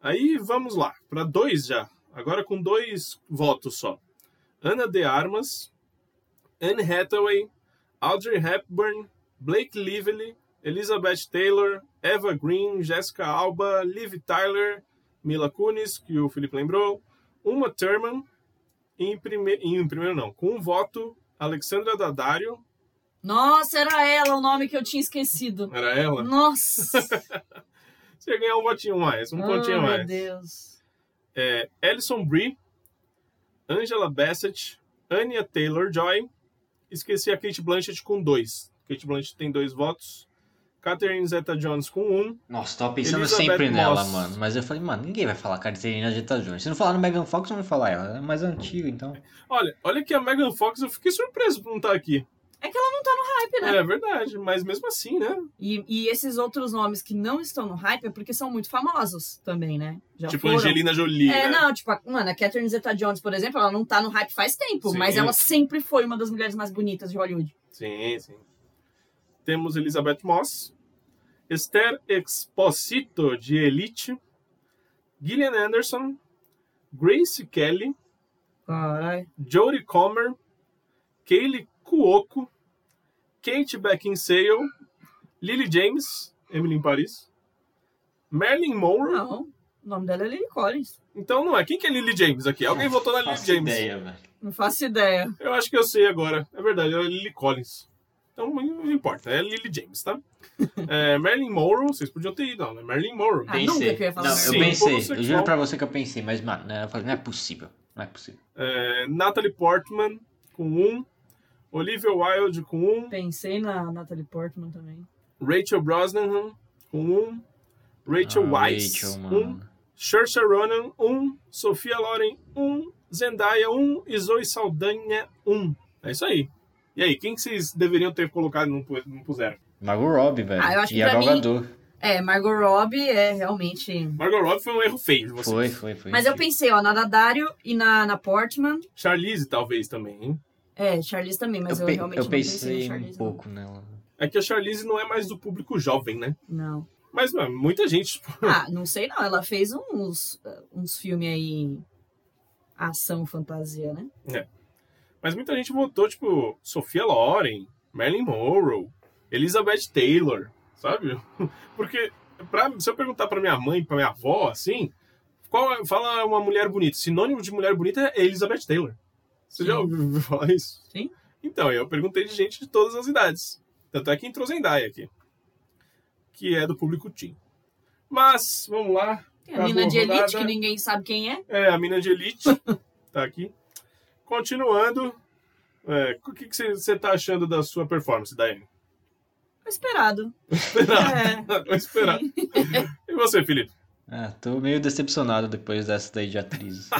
Aí vamos lá, para dois já. Agora com dois votos só. Ana de Armas, Anne Hathaway, Audrey Hepburn, Blake Lively, Elizabeth Taylor, Eva Green, Jessica Alba, Liv Tyler, Mila Kunis, que o Felipe lembrou, Uma Thurman, em, prime... em primeiro não, com um voto, Alexandra Daddario,
Nossa, era ela o nome que eu tinha esquecido.
Era ela?
Nossa!
Você ia ganhar um votinho mais, um pontinho
oh,
mais.
Meu Deus.
é, Alison Brie, Angela Bassett, Anya Taylor-Joy. Esqueci a Kate Blanchett com dois. Kate Blanchett tem dois votos. Catherine Zeta-Jones com um.
Nossa, tava pensando
Elizabeth
sempre nela,
Moss.
mano. Mas eu falei, mano, ninguém vai falar Caterina Jeta Jones. Se não falar no Megan Fox, não vai falar ela. Ela é mais antiga, então.
Olha, olha que a Megan Fox, eu fiquei surpreso por não estar aqui.
É que ela não tá no hype, né?
É verdade, mas mesmo assim, né?
E, e esses outros nomes que não estão no hype é porque são muito famosos também, né? Já
tipo
foram.
Angelina Jolie.
É,
né?
não, tipo, a, mano, a Catherine Zeta-Jones, por exemplo, ela não tá no hype faz tempo,
Sim.
mas ela sempre foi uma das mulheres mais bonitas de Hollywood.
Sim, sim. Temos Elizabeth Moss, Esther Exposito de Elite, Gillian Anderson, Grace Kelly,
Caralho.
Jodie Comer, Kaylee Cuoco, Kate Beckinsale, Lily James, Emily em Paris, Marilyn Monroe.
Não, o nome dela é Lily Collins.
Então não é. Quem que é Lily James aqui? Alguém votou na Lily
Faço
James.
ideia, velho.
Não faço ideia.
Eu acho que eu sei agora. É verdade, é Lily Collins. Então não importa, é Lily James, tá? É, Marilyn Monroe, vocês podiam ter ido, não, né? Marilyn Monroe.
Ah,
Pensei.
nunca que eu ia falar
não, eu
Sim,
pensei.
homossexual.
Eu juro pra você que eu pensei, mas, mano, né, eu falei, não é possível. Não é possível.
É, Natalie Portman com um. Olivia Wilde com um.
Pensei na Natalie Portman também.
Rachel Brosnahan com um. Rachel
Ah,
Weisz
Rachel,
um.
mano.
Saoirse Ronan um. Sofia Loren um. Zendaya um. E Zoe Saldanha um. É isso aí. E aí, quem que vocês deveriam ter colocado e não pu- não puseram?
Margot Robbie, velho.
Ah, eu acho que
e a
pra mim-
Galgador.
É, Margot Robbie é realmente.
Margot Robbie foi um erro feio de vocês.
Foi, foi, foi.
Mas eu pensei, ó, na Dadário e na, na Portman.
Charlize, talvez, também, hein?
É, Charlize também, mas eu,
pe-
realmente não pensei na
pensei
Charlize.
um pouco nela.
É que a Charlize não é mais do público jovem, né?
Não.
Mas mano, muita gente. tipo,
Ah, não sei não. Ela fez uns, uns filmes aí. Ação, fantasia, né?
Mas muita gente votou, tipo, Sofia Loren, Marilyn Monroe, Elizabeth Taylor, sabe? Porque pra, se eu perguntar pra minha mãe, pra minha avó, assim, qual é- fala uma mulher bonita. Sinônimo de mulher bonita é Elizabeth Taylor. Você
Sim.
já ouviu falar isso?
Sim.
Então, eu perguntei de gente de todas as idades. Tanto é que entrou Zendaya aqui, que é do público teen. Mas, vamos lá.
Tem a
Acabou
mina de
a
elite,
rodada.
que ninguém sabe quem é.
É, a mina de elite tá aqui. Continuando, é, o que você tá achando da sua performance, Daiane?
Foi tá Esperado. É.
Vou esperar.
Sim.
E você, Felipe?
Ah, tô meio decepcionado depois dessa daí de atriz.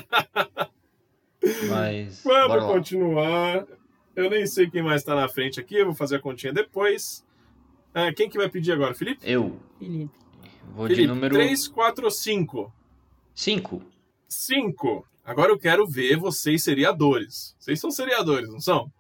Mas. bora
Vamos
lá.
continuar. Eu nem sei quem mais tá na frente aqui, eu vou fazer a continha depois. É, quem que vai pedir agora, Felipe?
Eu
Felipe.
vou de
Felipe,
número
3, 4, 5.
5.
5. Agora eu quero ver vocês seriadores. Vocês são seriadores, não são?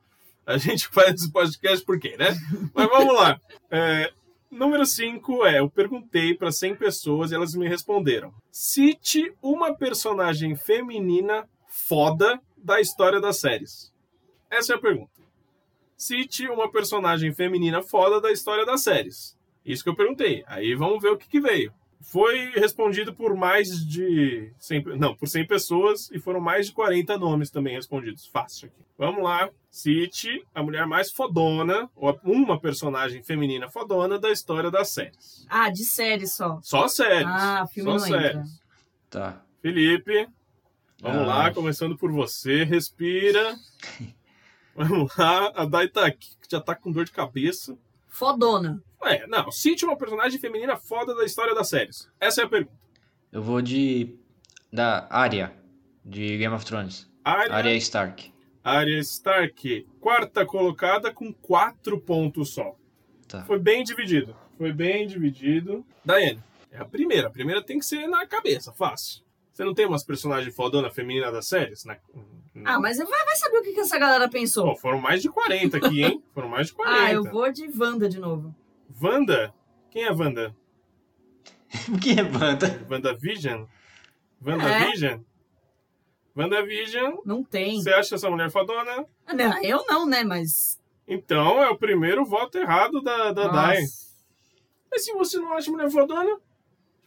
A gente faz esse podcast por quê, né? Mas vamos lá. É, número 5 é: eu perguntei para 100 pessoas e elas me responderam. Cite uma personagem feminina foda da história das séries. Essa é a pergunta. Cite uma personagem feminina foda da história das séries. Isso que eu perguntei. Aí vamos ver o que, que veio. Foi respondido por mais de 100, pe- não, por 100 pessoas e foram mais de 40 nomes também respondidos. Fácil aqui. Vamos lá. Cite a mulher mais fodona, ou a- uma personagem feminina fodona da história das séries.
Ah, de série só.
Só séries.
Ah,
Só
filme não entra.
séries.
Tá.
Felipe, vamos
Ah.
lá, começando por você. Respira. vamos lá. A Dai tá aqui, que já tá com dor de cabeça.
Fodona.
Ué, não. Cite uma personagem feminina foda da história das séries. Essa é a pergunta.
Eu vou de. Da Arya, de Game of Thrones.
Área
Arya Stark.
Arya Stark, quarta colocada com quatro pontos só.
Tá.
Foi bem dividido. Foi bem dividido. Daiane, é a primeira. A primeira tem que ser na cabeça, fácil. Você não tem umas personagens fodona feminina das séries? Na... Hum.
Ah, mas vai, vai saber o que, que essa galera pensou.
Pô, foram mais de 40 aqui, hein? Foram mais de 40.
Ah, eu vou de Wanda de novo.
Wanda? Quem é Wanda?
que levanta?
WandaVision?
É?
WandaVision? WandaVision,
Não tem.
você acha essa mulher fodona?
Ah, Não, eu não, né? Mas.
Então é o primeiro voto errado da, da
Nossa.
Dai. Mas se você não acha mulher fodona.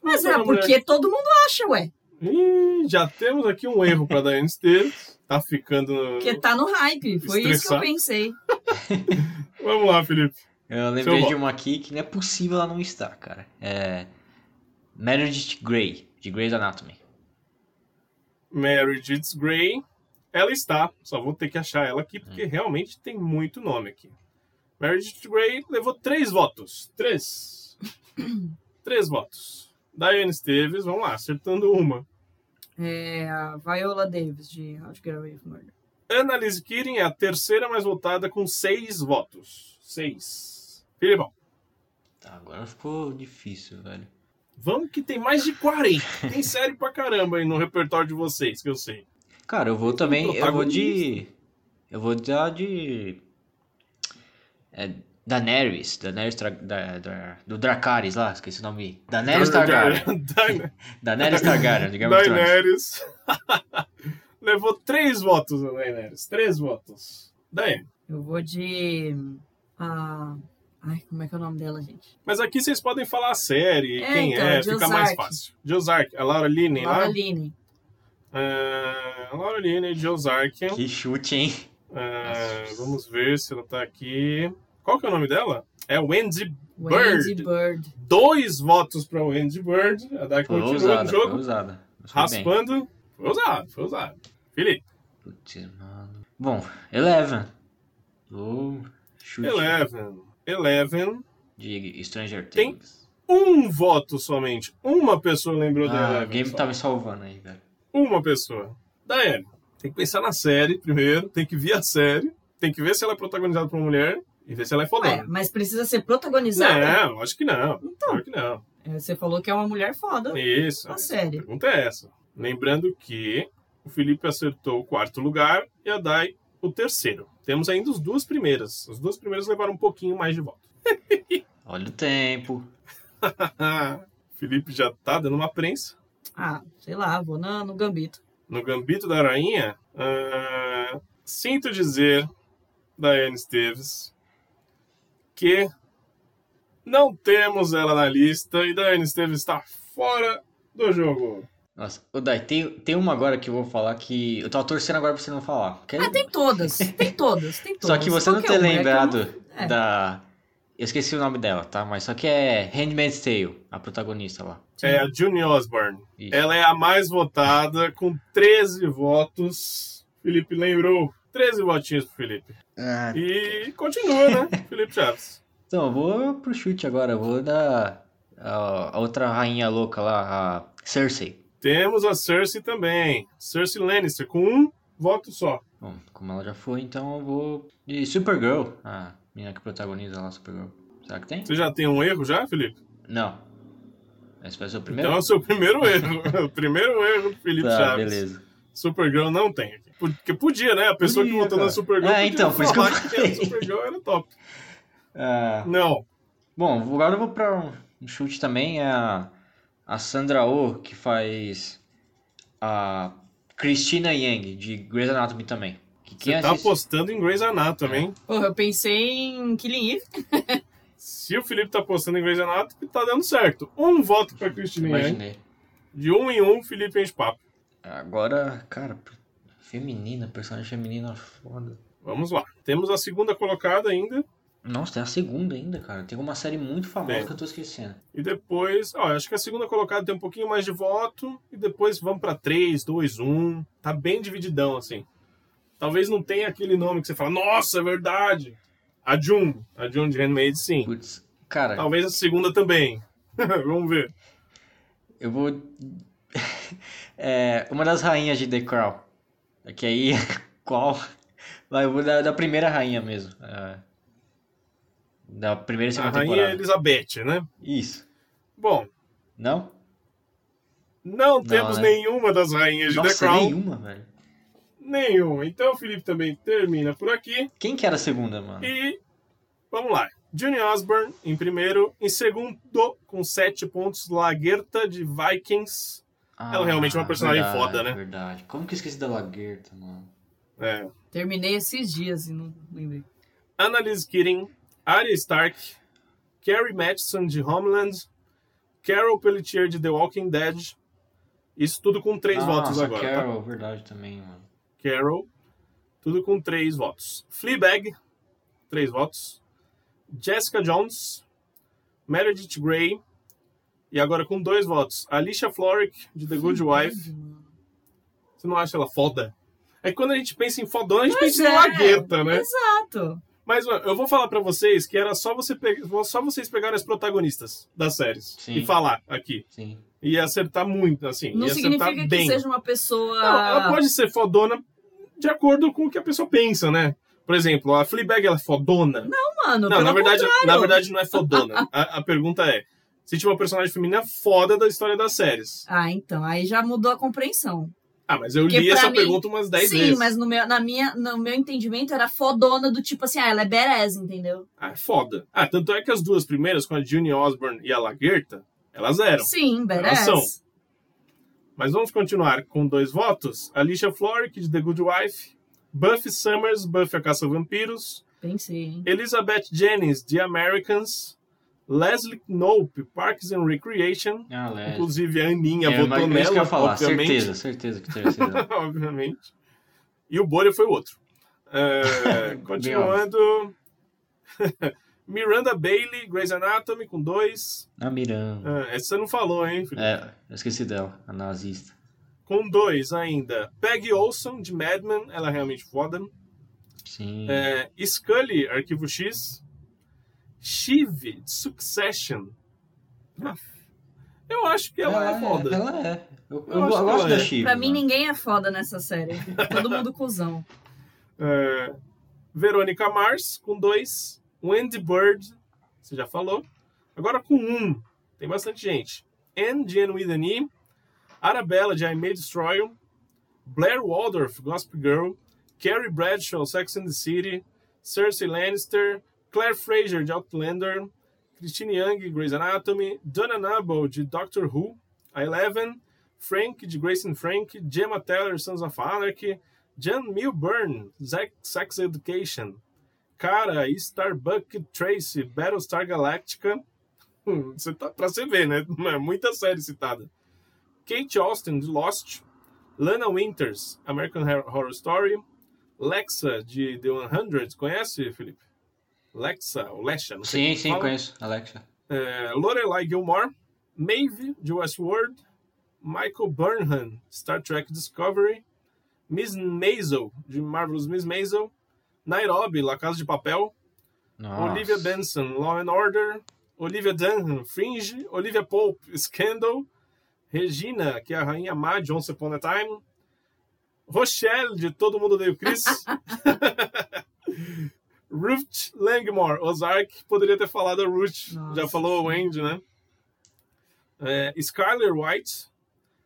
Mas
não
é
uma mulher.
porque todo mundo acha, ué.
Ih, já temos aqui um erro pra Daiane Esteves. Tá ficando.
Porque tá no hype. Foi isso que eu
Estressado.
pensei.
Vamos lá, Felipe.
Eu lembrei
voto.
de uma aqui que não é possível ela não estar, cara. É. Meredith Grey, de Grey's Anatomy.
Meredith Grey. Ela está, só vou ter que achar ela aqui, porque realmente tem muito nome aqui. Meredith Grey levou três votos. Três. três votos. Diane Esteves, vamos lá, acertando uma.
É a Viola Davis, de How to Get Away with Murder.
Annalise Keating é a terceira mais votada com seis votos. Seis. Filipão,
Tá, agora ficou difícil, velho.
vamos que tem mais de 40. Tem série pra caramba aí no repertório de vocês, que eu sei.
Cara, eu vou também. Eu vou de. Eu vou dar de. É, Daenerys. Daenerys Tra- da, da- do Dracarys lá, esqueci o nome. Daenerys Targaryen.
Daenerys.
Daenerys Targaryen, digamos assim.
Daenerys. Levou três votos a Daenerys. Três votos. Daí.
Eu vou de. A... Ai, como é que é o nome dela, gente?
Mas aqui vocês podem falar a série,
É,
quem
então,
é,
de
fica
Ozark.
mais fácil. De Ozark, a Laura Linney lá.
Laura Linney.
Ah, Laura Linney, de Ozark.
Que chute, hein?
Ah, vamos ver se ela tá aqui. Qual que é o nome dela? É Wendy. Bird.
Wendy Bird.
Dois votos pra Wendy Bird. A Dai
Foi
continua no
ousada, foi
jogo.
ousada. Mas foi bem.
Raspando. Foi ousado, foi ousado. Felipe,
Putz, mano. Bom, Eleven. Vou. Chute.
Eleven. Eleven.
De Stranger
Tem-
Things.
um voto somente. Uma pessoa lembrou
Ah,
dela.
o game tá me salvando aí, velho.
Uma pessoa. Daiane. Tem que pensar na série primeiro, tem que ver a série, tem que ver se ela é protagonizada por uma mulher e ver se ela é
Ué,
fodona.
mas precisa ser protagonizada?
não, acho que não. Claro que não.
É, Você falou que é uma mulher foda.
Isso.
Na
isso.
série.
A pergunta é essa. Lembrando que o Felipe acertou o quarto lugar e a Dai o terceiro. Temos ainda as duas primeiras. As duas primeiras levaram um pouquinho mais de voto.
Olha o tempo.
o Felipe já tá dando uma prensa.
Ah, sei lá, vou na, no Gambito.
no Gambito da Rainha, ah, sinto dizer, Daiane Esteves, que não temos ela na lista e Daiane Esteves está fora do jogo.
Nossa, ô Dai, tem, tem uma agora que eu vou falar que eu tava torcendo agora pra você não falar. Quer-
Ah, tem todas. Tem todas, tem todas.
Só que você não
Qualquer
ter
uma, é que eu
lembrado
é.
da. Eu esqueci o nome dela, tá? Mas só que é Handmaid's Tale, a protagonista lá.
É a June Osborne.
Isso.
Ela é a mais votada, com 13 votos. Felipe lembrou. 13 votinhos pro Felipe.
Ah,
E continua, né? Felipe Chaves.
Então, eu vou pro chute agora. Eu vou dar a, a outra rainha louca lá, a Cersei.
Temos a Cersei também. Cersei Lannister, com um voto só.
Bom, como ela já foi, então eu vou de Supergirl. A menina que protagoniza lá Supergirl. Será que tem?
Você já tem um erro já, Felipe?
Não. Esse vai ser o primeiro?
Então é o seu primeiro erro. o primeiro erro do Felipe
Né? tá,
Chaves.
beleza.
Supergirl não tem aqui. Porque podia, né? A pessoa que
Podia,
votou na
cara.
Supergirl.
É,
podia
então, por isso que eu
falar
falei.
a Supergirl era top.
Ah,
Não.
Bom, agora eu vou pra um- um chute também. A, a Sandra Oh, que faz a Christina Yang, de Grey's Anatomy também. Que quem
Você tá
assiste-
apostando em Grey's Anatomy, hein?
Porra, eu pensei em Killing Eve.
Se o Felipe tá apostando em Grey's Anatomy, tá dando certo. Um voto pra Cristina Yang.
Imaginei.
De um em um, Felipe enche papo.
Agora, cara, feminina, personagem feminina foda.
Vamos lá. Temos a segunda colocada ainda.
Nossa, tem a segunda ainda, cara. Tem uma série muito famosa
Tem.
que eu tô esquecendo.
E depois, ó, acho que a segunda colocada tem um pouquinho mais de voto. E depois vamos pra 3, 2, 1. Tá bem divididão, assim. Talvez não tenha aquele nome que você fala, nossa, é verdade. A Jun. A Jun de Handmaid, sim.
Putz, cara,
Talvez a segunda também. vamos ver.
eu vou. é, uma das rainhas de The Crown. É Que aí, qual? Vai, eu vou da, da primeira rainha mesmo. é. da primeira e
A
segunda
rainha
é temporada.
Elizabeth, né?
Isso.
Bom,
Não?
não temos
né?
nenhuma das rainhas de The
Nossa,
Crown.
nenhuma, velho.
Nenhuma. Então o Felipe também termina por aqui.
Quem que era a segunda, mano?
E vamos lá. Juni Osborne em primeiro, em segundo, com sete pontos, Lagerta de Vikings. Ela realmente é uma personagem
Ah, verdade,
foda, né?
Verdade. Como que eu esqueci da Laguerta, mano?
É.
Terminei esses dias e não lembrei.
Annalise Keating, Arya Stark, Carrie Mathison de Homeland, Carol Pelletier de The Walking Dead. Isso tudo com três
Nossa,
votos agora, tá?
Carol, verdade também, mano.
Carol. Tudo com três votos. Fleabag, três votos. Jessica Jones, Meredith Grey, e agora com dois votos, Alicia Florrick, de The Good Wife. Você não acha ela foda? É que quando a gente pensa em fodona, a gente
Pois
pensa em
é.
lagueta, né?
Exato.
Mas ó, eu vou falar pra vocês que era só, você pe- só vocês pegarem as protagonistas das séries
Sim.
e falar aqui.
Sim.
E acertar muito, assim.
Não
e acertar
significa que
bem.
seja uma pessoa.
Não, ela pode ser fodona de acordo com o que a pessoa pensa, né? Por exemplo, a Fleabag, ela é fodona?
Mano,
Não,
pelo
na verdade,
contrário.
na verdade não é fodona. a, a pergunta é, se tinha uma personagem feminina foda da história das séries.
Ah, então. Aí já mudou a compreensão.
Ah, mas eu
Porque
li
pra
essa
mim-
pergunta umas 10
Sim,
vezes.
mas no meu, na minha, no meu entendimento era fodona do tipo assim, ah, ela é badass, entendeu?
Ah, foda. Ah, tanto é que as duas primeiras, com a June Osborne e a Lagerta, elas eram.
Sim, badass.
são. Mas vamos continuar com dois votos. Alicia Florrick, de The Good Wife. Buffy Summers, Buffy a Caça a Vampiros.
Pensei, hein?
Elizabeth Jennings, The Americans. Leslie Knope, Parks and Recreation.
Ah, Leslie.
Inclusive, a Aninha
É,
votou
mas é isso
nela,
que eu ia falar,
obviamente.
certeza, certeza que teve certeza.
obviamente. E o Bolha foi o outro. É, continuando. Miranda Bailey, Grey's Anatomy, com dois.
A
Ah,
Miranda.
essa você não falou, hein, Felipe?
É, eu esqueci dela, a nazista.
Com dois ainda. Peggy Olson, de Mad Men, ela é realmente foda.
Sim.
É, Scully, Arquivo X. Shiv, de Succession. Ah, Eu acho que ela, é foda.
Ela é. Eu, eu
Eu acho que
gosto
ela
da
é.
Shiva.
Pra mim, ninguém é foda nessa série. Todo mundo cuzão.
É, Verônica Mars com dois. Wendy Bird, você já falou. Agora com um. Tem bastante gente. Anne Jen Whedon, Arabella de I May Destroy You, Blair Waldorf, Gossip Girl, Carrie Bradshaw, Sex and the City, Cersei Lannister, Claire Fraser de Outlander, Christine Young, Grey's Anatomy, Donna Noble de Doctor Who, a Eleven, Frank de Grace and Frank, Gemma Taylor, Sons of Anarchy, Jan Milburn, Zack- Sex Education, Cara, Starbuck Tracy, Battlestar Galactica. Hum, Você tá pra você ver, né? É muita série citada. Kate Austin, de Lost. Lana Winters, American Hor- Horror Story. Lexa, de The 100. Conhece, Felipe? Lexa, ou Lesha, não sei
Sim,
como
sim,
fala.
conheço. Alexa.
É, Lorelai Gilmore, Maeve, de Westworld, Michael Burnham, Star Trek Discovery, Miss Maisel, de Marvelous Miss Maisel, Nairobi, La Casa de Papel,
Nossa.
Olivia Benson, Law and Order, Olivia Dunham, Fringe, Olivia Pope, Scandal, Regina, que é a rainha má de Once Upon a Time, Rochelle, de Todo Mundo Odeia o Chris, Ruth Langmore, Ozark, poderia ter falado a Ruth,
Nossa
já falou o Andy, né? É, Skyler White,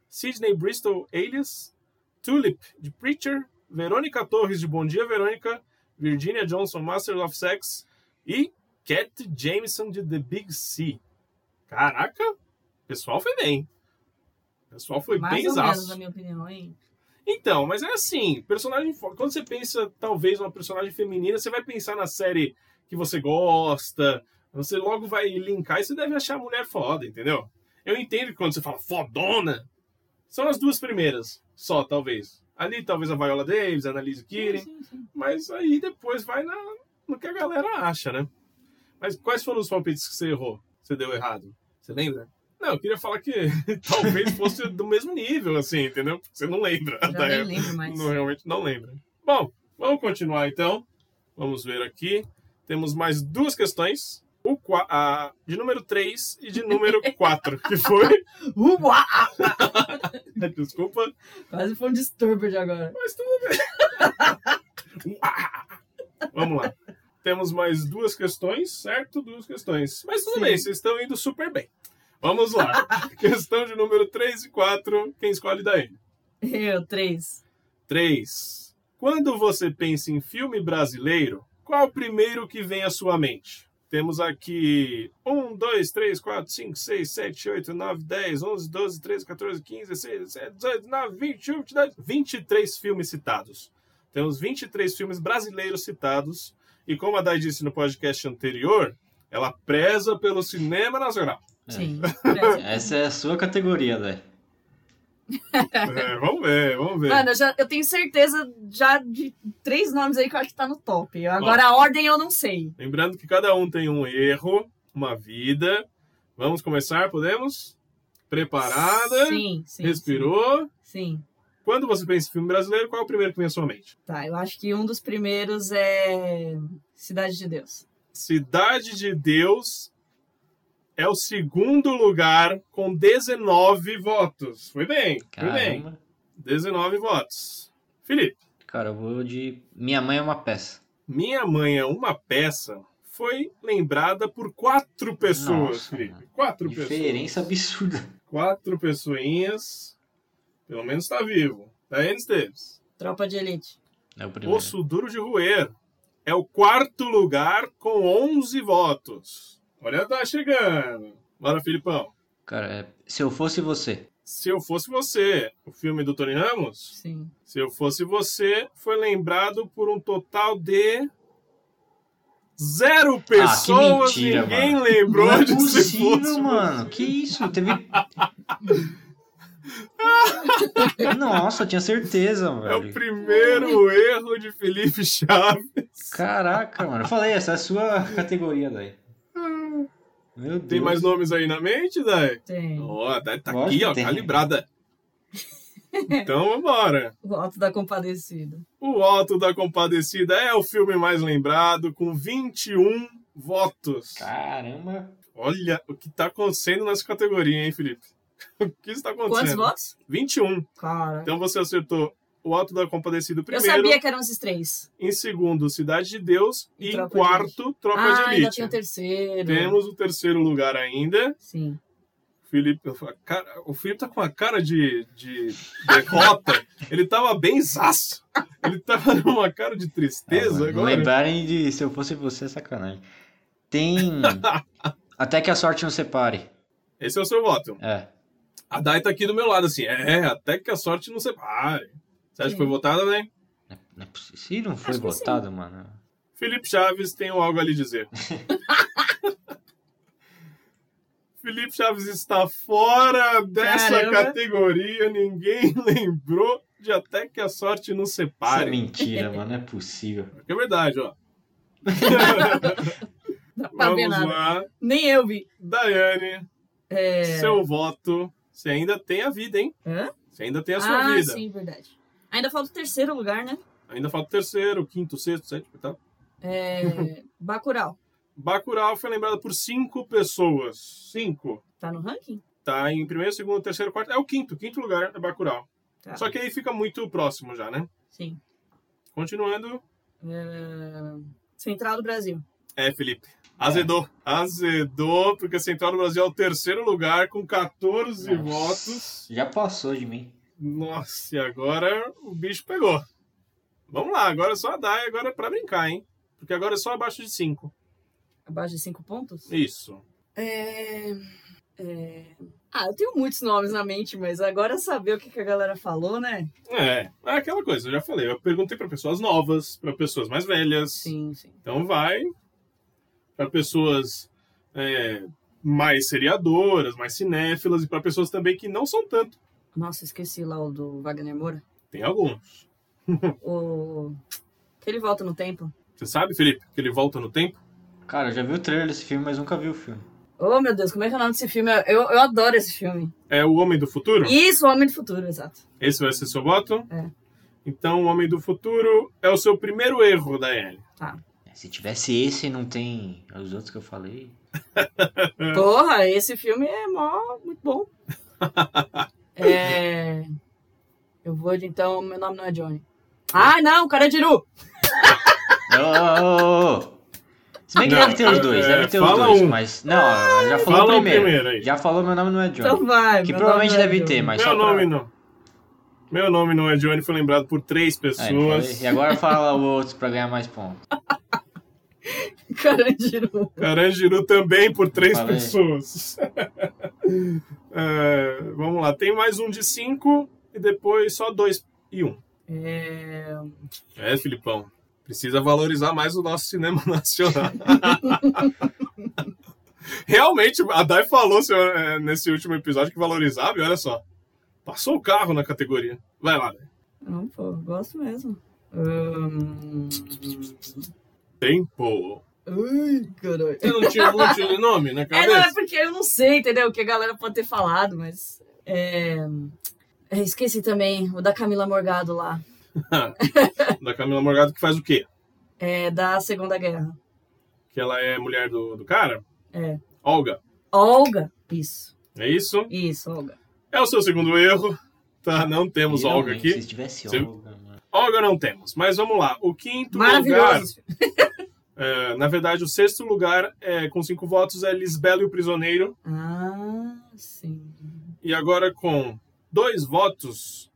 Sidney Bristol, Alias, Tulip, de Preacher, Verônica Torres, de Bom Dia, Verônica, Virginia Johnson, Masters of Sex e Cat Jameson de The Big C. Caraca, o pessoal foi bem. O pessoal foi
Mais
bem
ou menos, né? na
exausto.
minha opinião, hein?
Então, mas é assim, personagem fo- quando você pensa talvez uma personagem feminina, você vai pensar na série que você gosta, você logo vai linkar e você deve achar a mulher foda, entendeu? Eu entendo que quando você fala fodona, são as duas primeiras, só talvez. Ali talvez a Viola Davis, a Annalise Keating,
Sim, sim, sim.
mas aí depois vai na, no que a galera acha, né? Mas quais foram os palpites que você errou? que Você deu errado? Você lembra? Não, eu queria falar que talvez fosse do mesmo nível, assim, entendeu? Porque você não lembra. da
Já nem
época.
lembro mais.
Tá Não, é. realmente não lembra. Bom, vamos continuar então. Vamos ver aqui. Temos mais duas questões. O, qua- a, de número 3 e de número 4, que foi.
Uau!
Desculpa.
Quase foi um distúrbio de agora.
Mas tudo bem. Vamos lá. Temos mais duas questões, certo? Duas questões. Mas tudo
Sim.
bem, vocês estão indo super bem. Vamos lá. Questão de número 3 e 4. Quem escolhe daí?
Eu, três.
3. Quando você pensa em filme brasileiro, qual o primeiro que vem à sua mente? Temos aqui 1, 2, 3, 4, 5, 6, 7, 8, 9, 10, 11, 12, 13, 14, 15, 16, 17, 18, 19, 20, 21, 23 filmes citados. Temos 23 filmes brasileiros citados. E como a Dai disse no podcast anterior, ela preza pelo cinema nacional.
É.
Sim.
Essa é a sua categoria, Dé.
É, vamos ver, vamos ver.
Mano, eu, já, eu tenho certeza já de três nomes aí que eu acho que tá no top. Agora a ordem eu não sei.
Lembrando que cada um tem um erro, uma vida. Vamos começar, podemos? Preparada?
Sim, sim.
respirou?
Sim. sim.
Quando você pensa em filme brasileiro, qual é o primeiro que vem à sua mente?
Tá, eu acho que um dos primeiros é Cidade de Deus.
Cidade de Deus é o segundo lugar com 19 votos. Foi bem, foi bem.
Caramba.
19 votos. Felipe,
Cara, eu vou de. Minha mãe é uma peça.
Minha Mãe é uma Peça foi lembrada por quatro pessoas,
Nossa,
Felipe. Quatro
Diferença
pessoas.
absurda.
Quatro pessoinhas. Pelo menos tá vivo. Daiane Esteves.
Tropa de Elite.
É o primeiro.
Osso Duro de Roer. É o quarto lugar com 11 votos. Olha, tá chegando. Bora, Filipão.
Cara, é... se eu fosse você.
Se eu fosse você, o filme do Tony Ramos,
Sim.
se eu fosse você, foi lembrado por um total de zero pessoas.
Ah, mentira,
ninguém
mano.
lembrou
não é
de se fosse
possível, mano. Que isso? Teve. Nossa, eu tinha certeza,
É o
velho.
primeiro erro de Felipe Chaves.
Caraca, mano. Eu falei, essa é a sua categoria daí. Meu Deus.
Tem mais nomes aí na mente, Dai?
Tem.
Ó, a Dai tá
Lógico
aqui,
que
ó,
tem.
calibrada. Então, vambora.
O Alto da Compadecida.
O Alto da Compadecida é o filme mais lembrado, com 21 votos.
Caramba.
Olha o que tá acontecendo nessa categoria, hein, Felipe? O que está
Quantos
acontecendo?
votos?
21.
Cara.
Então você acertou o Alto da Compadecida
Eu
primeiro,
sabia que eram esses três.
em segundo, Cidade de Deus,
E
e, em
Tropa de
quarto, Tropa
ah,
de
ainda
Elite.
tinha o terceiro.
Temos o terceiro lugar ainda.
Sim.
O Felipe, a cara- o Felipe tá com a cara de, de derrota. Ele tava bem zaço. Ele tava numa cara de
Ah,
tristeza
mano, não
agora.
lembrarem de se eu fosse você, é sacanagem. Tem. Até que a sorte nos separe.
Esse é o seu voto.
É.
A Dai tá aqui do meu lado, assim, é, até que a sorte não separe. Você acha
Sim.
que foi votada, né?
Não é possi- Se não foi
Acho que sim.
votado, mano.
Felipe Chaves tem algo a lhe dizer. Felipe Chaves está fora dessa
Caramba.
categoria, ninguém lembrou de até que a sorte não
Isso é
separe.
mentira, mano. Não é possível.
Que é verdade, ó.
Não dá pra ver
Vamos
Tá nada.
lá.
Nem eu vi.
Daiane,
É...
seu voto. Você ainda tem a vida, hein?
Hã?
Você ainda tem a sua
ah,
vida.
sim, verdade. Ainda falta o terceiro lugar, né?
Ainda falta o terceiro, quinto, sexto, sétimo, tá?
É... Bacurau.
Bacurau foi lembrado por cinco pessoas. Cinco.
Tá no ranking?
Tá em primeiro, segundo, terceiro, quarto. É o quinto. Quinto lugar é Bacurau.
Tá.
Só que aí fica muito próximo já, né?
Sim.
Continuando.
É, Central do Brasil.
É, Felipe. Azedou. Azedou, porque Central do Brasil é o terceiro lugar com 14
Nossa,
votos.
Já passou de mim.
Nossa, e agora o bicho pegou. Vamos lá, agora é só dar e agora é pra brincar, hein? Porque agora é só abaixo de cinco.
Abaixo de cinco pontos?
Isso.
É... é, Ah, eu tenho muitos nomes na mente, mas agora saber o que, que a galera falou, né?
É, é aquela coisa, eu já falei. Eu perguntei pra pessoas novas, pra pessoas mais velhas.
Sim, sim.
Então vai para pessoas é, mais seriadoras, mais cinéfilas e para pessoas também que não são tanto.
Nossa, esqueci lá o do Wagner Moura.
Tem alguns.
O... Que ele volta no tempo.
Você sabe, Felipe, que ele volta no tempo?
Cara, eu já vi o trailer desse filme, mas nunca vi o filme.
Oh, meu Deus, como é que é o nome desse filme? Eu, eu adoro esse filme.
É o Homem do Futuro?
Isso, Homem do Futuro, exato.
Esse vai ser seu voto?
É.
Então, o Homem do Futuro é o seu primeiro erro, Daiane.
É, Se tivesse esse e não tem os outros que eu falei.
Porra, esse filme é mó, muito bom. É, Eu vou de então, meu nome não é Johnny. Ah, não, o cara é Diru.
Ô, ô, ô, ô. Se bem que
Não,
deve ter os dois,
é,
deve ter os
fala
dois,
um.
mas. Não, ela já falou
Fala
o
o
primeiro.
primeiro aí.
Já falou meu nome não é Johnny.
Então vai.
que
meu
provavelmente
nome não é
deve
Johnny.
ter, mas
Meu
só pra-
nome não. Meu nome não é Johnny, foi lembrado por três
Ah, eu falei.
pessoas.
E agora fala o outro pra ganhar mais pontos.
Cara é Diru.
Carangiru também por três
Falei.
pessoas. É, vamos lá, tem mais um de cinco e depois só dois e um.
É,
É, Filipão, precisa valorizar mais o nosso cinema nacional. Realmente, a Dai falou senhor, é, nesse último episódio que valorizava, e olha só. Passou o carro na categoria. Vai lá, velho.
Não, pô, gosto mesmo. Hum...
Tempo.
Ai, caralho.
Você não tinha, não tinha nome na
É, não,
cabeça?
é porque eu não sei, entendeu? O que a galera pode ter falado, mas. É... é, Esqueci também o da Camila Morgado lá.
da Camila Morgado que faz o quê?
É da Segunda Guerra.
Que ela é mulher do, do cara?
É.
Olga.
Olga. Isso.
É isso?
Isso, Olga.
É o seu segundo erro. Tá, não temos Olga
Finalmente,
aqui.
Se tivesse né?
Sim.
Olga, mano.
Olga não temos, mas vamos lá. O quinto lugar.
Maravilhoso.
é, na verdade, o sexto lugar é, com cinco votos é Lisbela e o Prisioneiro.
Ah, sim.
E agora com dois votos.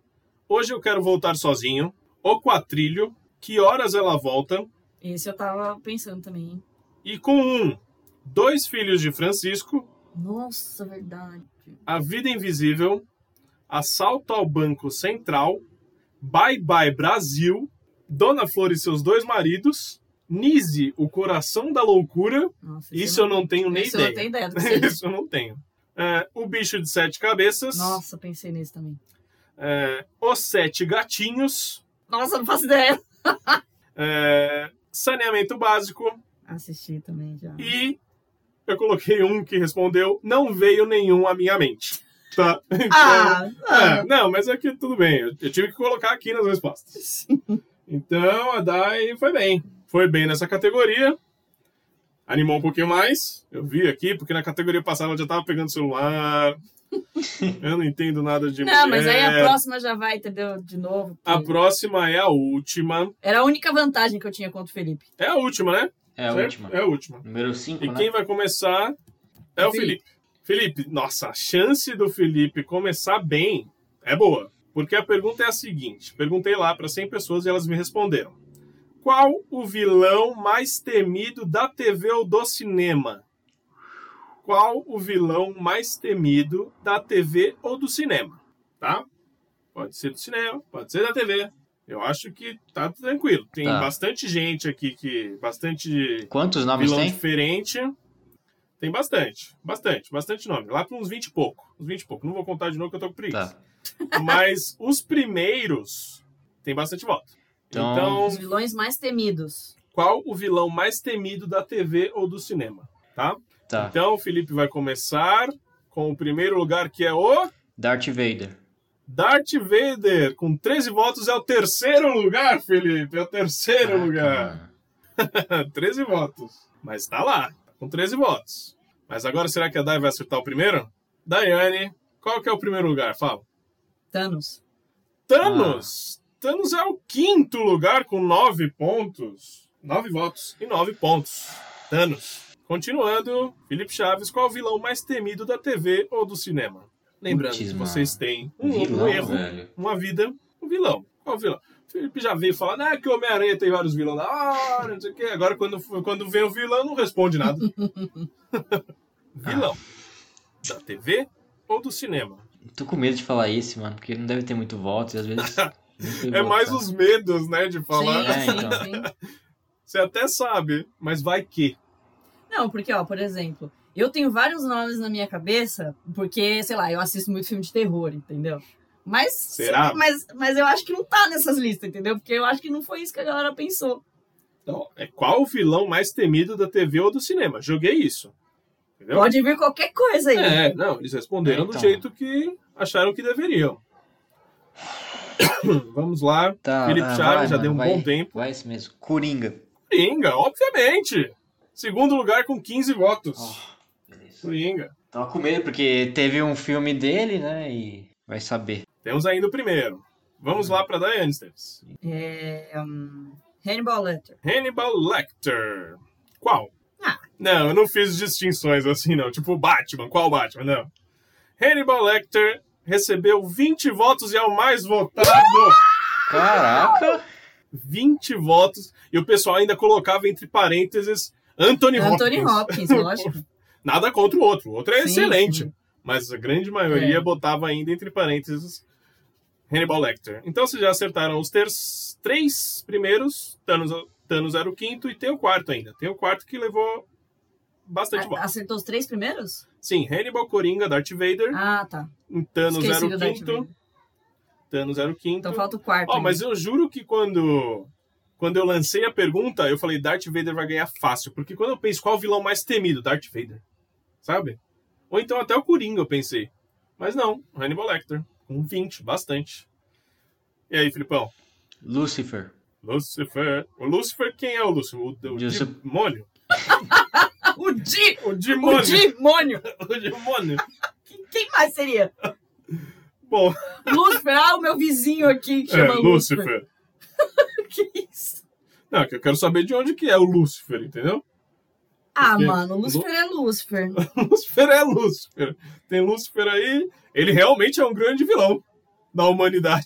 Hoje eu quero voltar sozinho. O Quatrilho. Que horas ela volta?
Esse eu tava pensando também, hein?
E com um. Dois filhos de Francisco.
Nossa, verdade.
A Vida Invisível, Assalto ao Banco Central, Bye Bye Brasil, Dona Flor e seus dois maridos, Nise, o Coração da Loucura,
Nossa, esse
isso eu não tenho nem
esse
ideia.
eu não tenho ideia do que seja.
isso eu não tenho. É, o Bicho de Sete Cabeças,
Nossa, pensei nesse também.
é, Os Sete Gatinhos,
Nossa, não faço ideia.
é, Saneamento Básico
Assisti também já.
e eu coloquei um que respondeu, não veio nenhum à minha mente. Tá? Então,
Ah,
É,
ah.
não, mas aqui tudo bem. Eu, eu tive que colocar aqui nas respostas. Então, a Dai foi bem. Foi bem nessa categoria. Animou um pouquinho mais. Eu vi aqui, porque na categoria passada ela já tava pegando celular. Eu não entendo nada de
Não, mas aí é a
mulher.
próxima já vai, entendeu? De novo. porque
tipo, é. A próxima é a última.
Era a única vantagem que eu tinha contra o Felipe.
É a última, né?
É a
Certo?
última.
É a última.
Número 5,
E
né?
quem vai começar é o
Felipe.
Felipe. Felipe, nossa, a chance do Felipe começar bem é boa. Porque a pergunta é a seguinte: perguntei lá para 100 pessoas e elas me responderam. Qual o vilão mais temido da TV ou do cinema? Qual o vilão mais temido da TV ou do cinema? Tá? Pode ser do cinema, pode ser da TV. Eu acho que tá tranquilo. Tem
Tá.
bastante gente aqui que. Bastante
Quantos nomes
vilão
tem?
diferente. Tem bastante, bastante, bastante nome. Lá para uns 20 e pouco. Uns 20 e pouco. Não vou contar de novo que eu tô com preguiça.
Tá.
Mas os primeiros tem bastante voto.
Então-
Então,
Os vilões mais temidos.
qual o vilão mais temido da TV ou do cinema? Tá?
Tá.
Então, o Felipe vai começar com o primeiro lugar que é o
Darth Vader.
Darth Vader. Com 13 votos é o terceiro lugar, Felipe. É o terceiro
Caraca,
lugar.
mano.
13 votos. Mas tá lá, com 13 votos. Mas agora será que a Dai vai acertar o primeiro? Daiane, qual que é o primeiro lugar? Fala.
Thanos.
Ah.
Thanos! Thanos é o quinto lugar com 9 pontos. 9 votos e 9 pontos. Thanos. Continuando, Felipe Chaves, qual é o vilão mais temido da TV ou do cinema? Lembrando
Putz,
que
mano.
vocês têm um, um
Vilão,
erro,
velho.
uma vida, um vilão. Qual o vilão? Felipe já veio falando, ah, que o Homem-Aranha tem vários vilões da hora, não sei o quê. Agora, quando, quando vem o vilão, não responde nada. vilão. Da TV ou do cinema?
Tô com medo de falar isso, mano, porque não deve ter muito voto e às vezes. nem foi
É
voto,
mais
tá?
os medos, né, de falar.
Sim,
É,
sim,
então.
sim.
Você até sabe, mas vai que.
Não, porque, ó, por exemplo, eu tenho vários nomes na minha cabeça, porque, sei lá, eu assisto muito filme de terror, entendeu? Mas.
Será?
Mas, mas eu acho que não tá nessas listas, entendeu? Porque eu acho que não foi isso que a galera pensou.
Então, é qual o vilão mais temido da TV ou do cinema? Joguei isso. Entendeu?
Pode vir qualquer coisa aí.
É, não, eles responderam do
Então.
jeito que acharam que deveriam. Vamos lá.
Tá,
Felipe
ah,
Chaves
vai,
já
mano,
deu um
vai,
bom tempo.
Vai isso mesmo. Coringa.
Coringa, obviamente. Segundo lugar com 15 votos.
Ó, Oh, beleza.
Coringa.
Tava com medo, porque teve um filme dele, né? E vai saber.
Temos ainda o primeiro. Vamos lá para Diane Steps.
É, hum, Hannibal Lecter.
Hannibal Lecter. Qual?
Ah.
Não, eu não fiz distinções assim, não. Tipo Batman. Qual Batman? Não. Hannibal Lecter recebeu 20 votos e é o mais votado.
Caraca!
20 votos. E o pessoal ainda colocava entre parênteses Anthony,
Anthony
Hopkins.
Hopkins, lógico.
Nada contra o outro. O outro é
Sim,
excelente.
sim.
mas a grande maioria
É.
botava ainda entre parênteses Hannibal Lecter. Então vocês já acertaram os ter- três primeiros, Thanos, Thanos era o quinto e tem o quarto ainda. Tem o quarto que levou bastante bom.
A- Acertou os três primeiros?
Sim, Hannibal, Coringa, Darth Vader,
Ah, tá.
Thanos
Esqueci do Darth
05,
Vader.
Thanos 05.
Então falta o quarto.
Ó,
né?
mas eu juro que quando quando eu lancei a pergunta, eu falei Darth Vader vai ganhar fácil, porque quando eu penso qual o vilão mais temido, Darth Vader. Sabe? Ou então até o Coringa, eu pensei. Mas não, Hannibal Lecter, com 20, bastante. E aí, Filipão?
Lucifer.
Lucifer. O Lucifer, quem é o Lucifer? O, o
Joseph-
demônio?
Ah, O Di!
O
O
demônio!
demônio!
o demônio!
Quem- Quem mais seria?
Bom,
Lúcifer, ah, o meu vizinho aqui que
é,
chama Lúcifer.
Lucifer.
Que isso?
Não, que eu quero saber de onde que é o Lúcifer, entendeu?
Ah,
Porque-
mano, Lúcifer é Lúcifer.
Lúcifer é Lúcifer. Tem Lúcifer aí, ele realmente é um grande vilão da humanidade.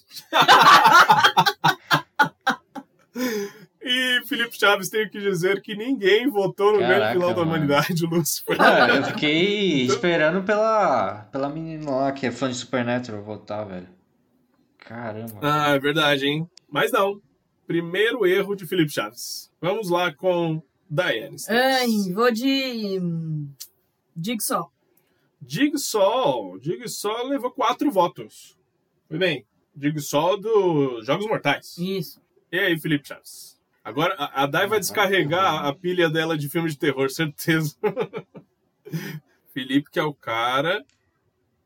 e Felipe Chaves, tenho que dizer que ninguém votou no grande
Caraca,
vilão da
mano.
humanidade, Lúcifer.
Cara, eu fiquei esperando pela, pela menina lá que é fã de Supernatural voltar, velho. Caramba.
Ah, é verdade, hein? Mas não. Primeiro erro de Felipe Chaves. Vamos lá com Diane.
Ai, vou de. hum, Jigsaw.
Jigsaw. Jigsaw levou quatro votos. Foi bem. Jigsaw dos Jogos Mortais.
Isso.
E aí, Felipe Chaves? Agora a a Dai vai descarregar a pilha dela de filme de terror, certeza. Felipe, que é o cara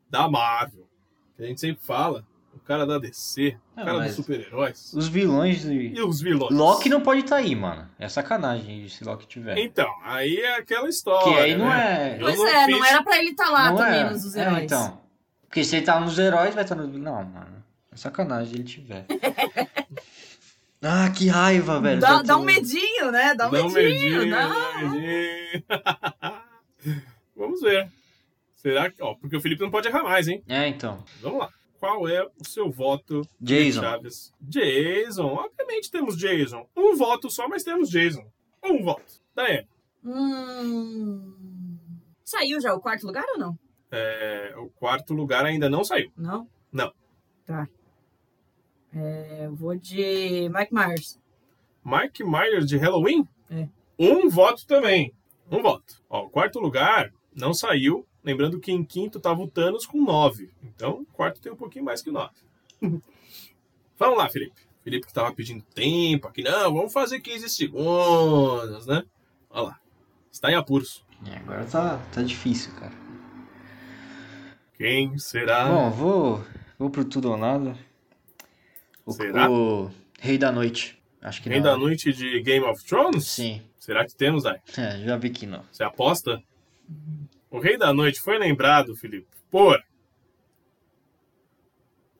da Marvel. Que a gente sempre fala. O cara da DC. O
Não,
cara dos
mas-
super-heróis.
Os vilões de.
E os vilões.
Loki não pode estar aí, mano. É sacanagem se Loki tiver.
Então, aí é aquela história.
que aí não
né?
é.
Eu
pois
não
é,
fiz-
não era pra ele estar lá
não
também
é.
nos dos
É,
heróis.
então. Porque se ele tá nos heróis, vai estar no. Não, mano. É sacanagem ele tiver. ah, que raiva, velho.
Dá,
Tanto-
dá um medinho, né? Dá um medinho. dá.
dá um medinho. Vamos ver. Será que. Ó, porque o Felipe não pode errar mais, hein?
É, então.
Vamos lá. Qual é o seu voto
Jason.
Chaves. Jason. Obviamente temos Jason. Um voto só, mas temos Jason. Um voto. Daí,
Hum... Saiu já o quarto lugar ou não?
é, o quarto lugar ainda não saiu.
Não?
Não.
Tá. É, eu vou de Mike Myers.
Mike Myers de Halloween?
É.
Um voto também. Um voto. Ó, o quarto lugar não saiu. Lembrando que em quinto tava o Thanos com nove. Então, o quarto tem um pouquinho mais que nove. vamos lá, Felipe. Felipe que tava pedindo tempo aqui. Não, vamos fazer 15 segundos, né? Olha lá. Está em apuros.
É, agora tá, tá difícil, cara.
Quem será?
Bom, vou, vou pro tudo ou nada. O,
Será?
o Rei da Noite. Acho que
Rei
não.
da noite de Game of Thrones?
Sim.
Será que temos, Dai?
É, já vi que não.
Você aposta? O Rei da Noite foi lembrado, Felipe, por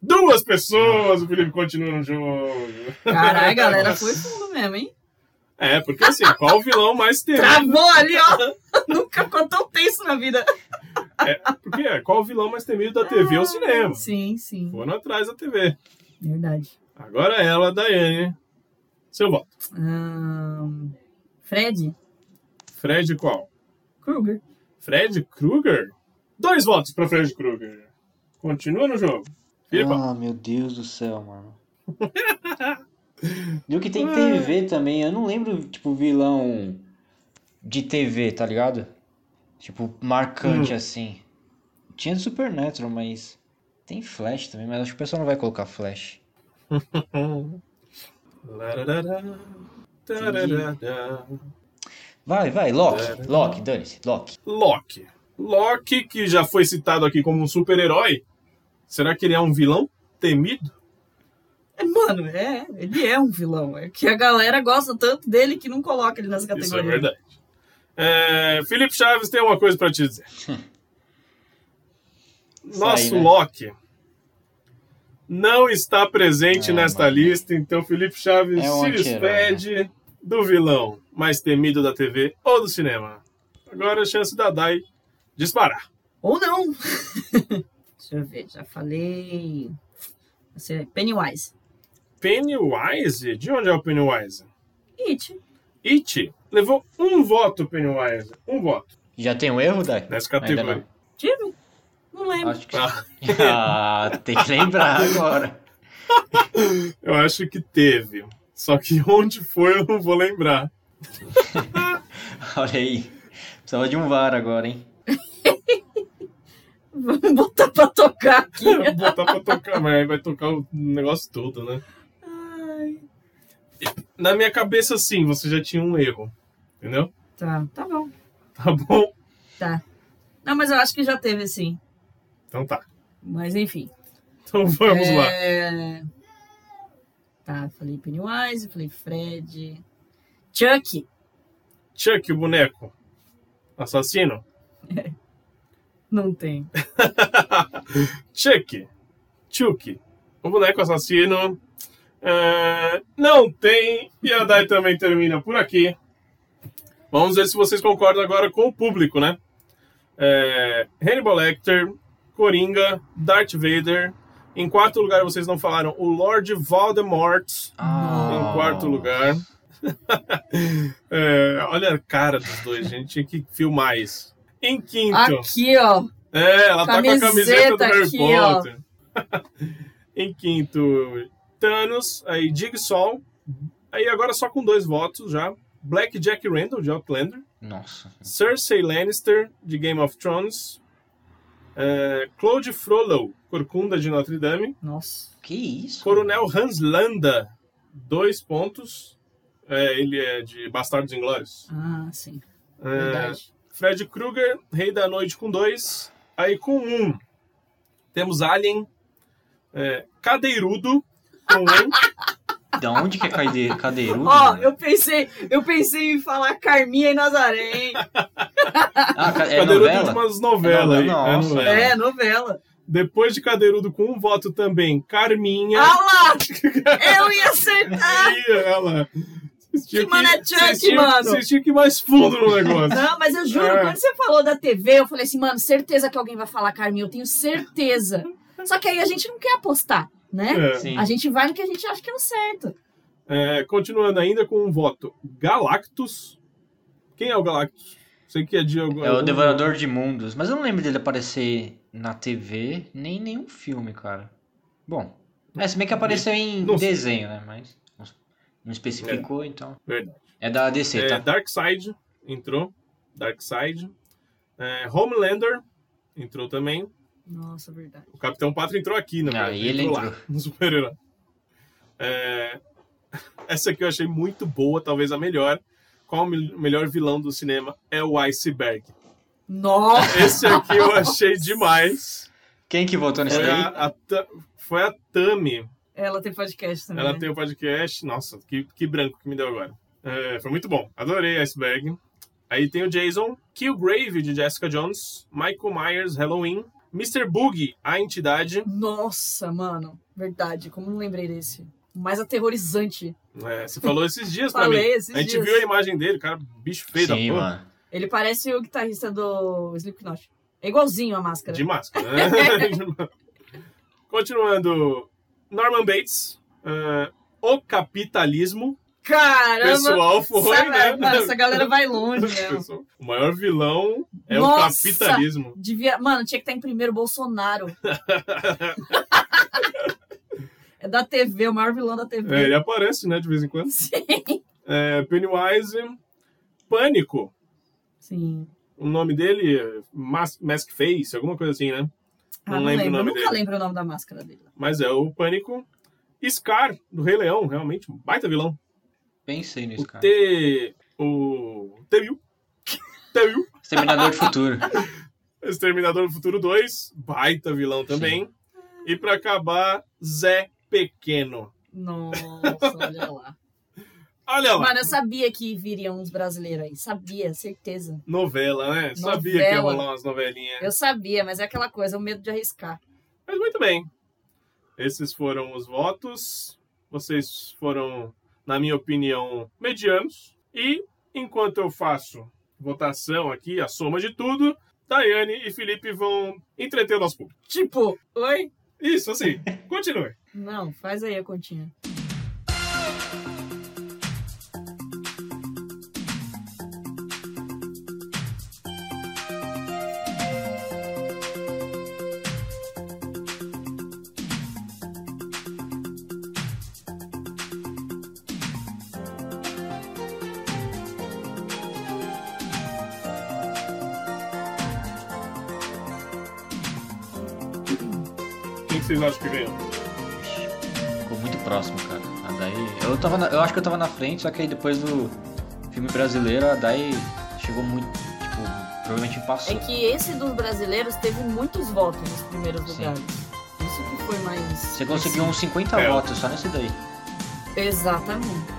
duas pessoas. O Felipe continua no jogo.
Caralho, galera,
Nossa.
foi fundo mesmo, hein?
É, porque assim, qual o vilão mais temido?
Travou ali, ó. Nunca ficou tão tenso na vida.
Porque é, qual o vilão mais temido da TV ou cinema?
Sim, sim.
Foram atrás da TV.
Verdade.
Agora é ela, Daiane. Seu voto.
Ahn, Fred
Fred qual?
Krueger.
Fred Krueger? Dois votos para Fred Krueger. Continua no jogo. Filipe,
Ah, meu Deus do céu, mano. e o que tem TV também, eu não lembro, tipo, vilão de TV, tá ligado? Tipo, marcante
Hum.
assim. Tinha Supernatural, mas. Tem Flash também, mas acho que o pessoal não vai colocar Flash.
Lararará, tararará.
Vai, vai, Loki.
É.
Loki, dane-se, Loki.
Loki. Loki, que já foi citado aqui como um super-herói, será que ele é um vilão temido?
É, Mano, é, ele é um vilão. É que a galera gosta tanto dele que não coloca ele nas categorias.
Isso é verdade. É, Felipe Chaves tem uma coisa pra te dizer. Nosso
Isso aí, né?
Loki não está presente
É,
nesta
mano.
lista, então Felipe Chaves
É um
se
anti-herói,
despede do vilão mais temido da TV ou do cinema. Agora a chance da Dai disparar.
Ou não. Deixa eu ver, já falei. Vai ser Pennywise.
Pennywise? De onde é o Pennywise?
It.
It levou um voto, Pennywise. Um voto.
Já tem um erro, Dai?
Nessa
Ainda não.
categoria.
Tive? Não lembro.
Acho que.
Ah,
ah, tem que lembrar agora.
eu acho que teve. Só que onde foi eu não vou lembrar.
Olha aí. Precisava de um VAR agora, hein?
Vamos botar pra tocar aqui.
Botar pra tocar, mas aí vai tocar o negócio todo, né?
Ai,
Na minha cabeça, sim, você já tinha um erro. Entendeu?
tá, tá bom.
Tá bom?
Tá. Não, mas eu acho que já teve sim.
Então tá.
Mas enfim.
Então vamos lá.
É... Tá, falei Pennywise, falei Fred. Chuck,
Chuck, o boneco. Assassino?
não tem.
Chuck. Chuck. O boneco assassino. É, não tem. E a Dai também termina por aqui. Vamos ver se vocês concordam agora com o público, né? É, Hannibal Lecter, Coringa, Darth Vader. Em quarto lugar, vocês não falaram o Lord Voldemort. Em quarto lugar. É, olha a cara dos dois, gente. Tinha que filmar isso. Em quinto.
Aqui, ó.
É, ela tá com a camiseta do
Camiseta
Harry
aqui,
Potter. em quinto, Thanos, aí Jigsaw, aí agora só com dois votos já, Black Jack Randall de Outlander,
Nossa.
Cersei Lannister de Game of Thrones, eh, Claude Frollo, Corcunda de Notre Dame,
Nossa.
Que isso?
Coronel Hans Landa, dois pontos, eh, ele é de Bastardos Inglórios.
Ah, sim.
Eh,
Verdade.
Fred Krueger, Rei da Noite com dois. Aí com um, temos Alien, é, Cadeirudo com um.
Da onde que é caide... cadeirudo?
Ó, eu pensei, eu pensei em falar Carminha e Nazaré, hein?
Ah, ca- é
Cadeirudo
novela?
de umas novelas
É
aí.
novela,
é
nossa.
novela.
É, novela.
Depois de Cadeirudo com um voto também, Carminha.
Ah lá! Eu ia acertar!
E ela. Vocês tinham
Que mané
vocês
Chuck,
tinham-
mano.
Vocês tinham que ir mais fundo no negócio.
Não, mas eu juro,
É.
quando você falou da TV, eu falei assim, mano, certeza que alguém vai falar Carminha, eu tenho certeza. Só que aí a gente não quer apostar, né?
É.
Sim.
A gente vai no que a gente acha que é o certo.
É, continuando ainda com um voto, Galactus. Quem é o Galactus? Sei que é de algum.
É o Devorador de Mundos. Mas eu não lembro dele aparecer na TV, nem em nenhum filme, cara. Bom. É, se bem que apareceu em
Não sei.
desenho, né? Mas não- não especificou, então.
Verdade.
É da DC,
É,
tá?
Darkseid entrou. Darkseid. É, Homelander entrou também.
Nossa, verdade.
O Capitão Pato entrou aqui, na
Ah,
verdade.
e ele
lá,
entrou.
no super-herói. É, Essa aqui eu achei muito boa, talvez a melhor. Qual o mel- melhor vilão do cinema? É o Iceberg.
Nossa!
Esse aqui eu achei demais.
Quem que votou nesse
Foi a,
daí?
a Ta- foi a Tami.
Ela tem podcast também.
Ela
né?
tem o podcast. Nossa, que, que branco que me deu agora. É, foi muito bom. Adorei Iceberg. Aí tem o Jason, Killgrave de Jessica Jones, Michael Myers, Halloween, Mr. Boogie, a entidade.
Nossa, mano. Verdade, como não lembrei desse. O mais aterrorizante.
É, você falou esses dias pra mim.
Falei esses
A gente
dias.
viu a imagem dele, cara, bicho feio da
Sim,
porra.
mano.
Ele parece o guitarrista do Slipknot. É igualzinho a máscara.
De máscara, né? De máscara. Continuando, Norman Bates, é, O Capitalismo.
Caramba!
Pessoal foi,
Sabe,
né?
mano, essa galera vai longe mesmo.
Pessoal, O maior vilão é
Nossa!
o capitalismo.
Devia... Mano, tinha que estar em primeiro Bolsonaro. é da TV, o maior vilão da
É,
TV.
ele aparece, né, de vez em quando.
Sim.
É, Pennywise, Pânico.
Sim.
O nome dele é Mas- Mask Face, alguma coisa assim, né?
Ah,
Não
não,
lembro o
lembro.
nome
Eu nunca
dele.
lembro o nome da máscara dele.
Mas é o Pânico. Scar, do Rei Leão, realmente, um baita vilão.
Pensei nisso,
O
cara.
T. O. T-1000. T-1000.
Exterminador do Futuro.
Exterminador do Futuro 2, baita vilão também. E pra acabar, Zé Pequeno.
Nossa, olha lá.
Olha lá,
Mano, eu sabia que viriam uns brasileiros aí. Sabia, certeza.
novela, né? Sabia que ia
Novela.
rolar umas novelinhas.
Eu sabia, mas é aquela coisa, o medo de arriscar.
Mas muito bem. Esses foram os votos. Vocês foram, na minha opinião, medianos. E enquanto eu faço votação aqui, a soma de tudo, Daiane e Felipe vão entreter o nosso público.
Tipo, oi?
Isso, assim. Continue.
Não, faz aí a continha.
vocês acham que ganhou?
Ficou muito próximo, cara. A Dai. Eu, tava na- eu acho que eu tava na frente, só que aí depois do filme brasileiro, a Dai chegou muito. Tipo, provavelmente
É
passou.
que esse dos brasileiros teve muitos votos nos primeiros
Sim.
lugares. Isso que foi mais.
Você conseguiu uns 50
É.
votos só nesse daí.
Exatamente.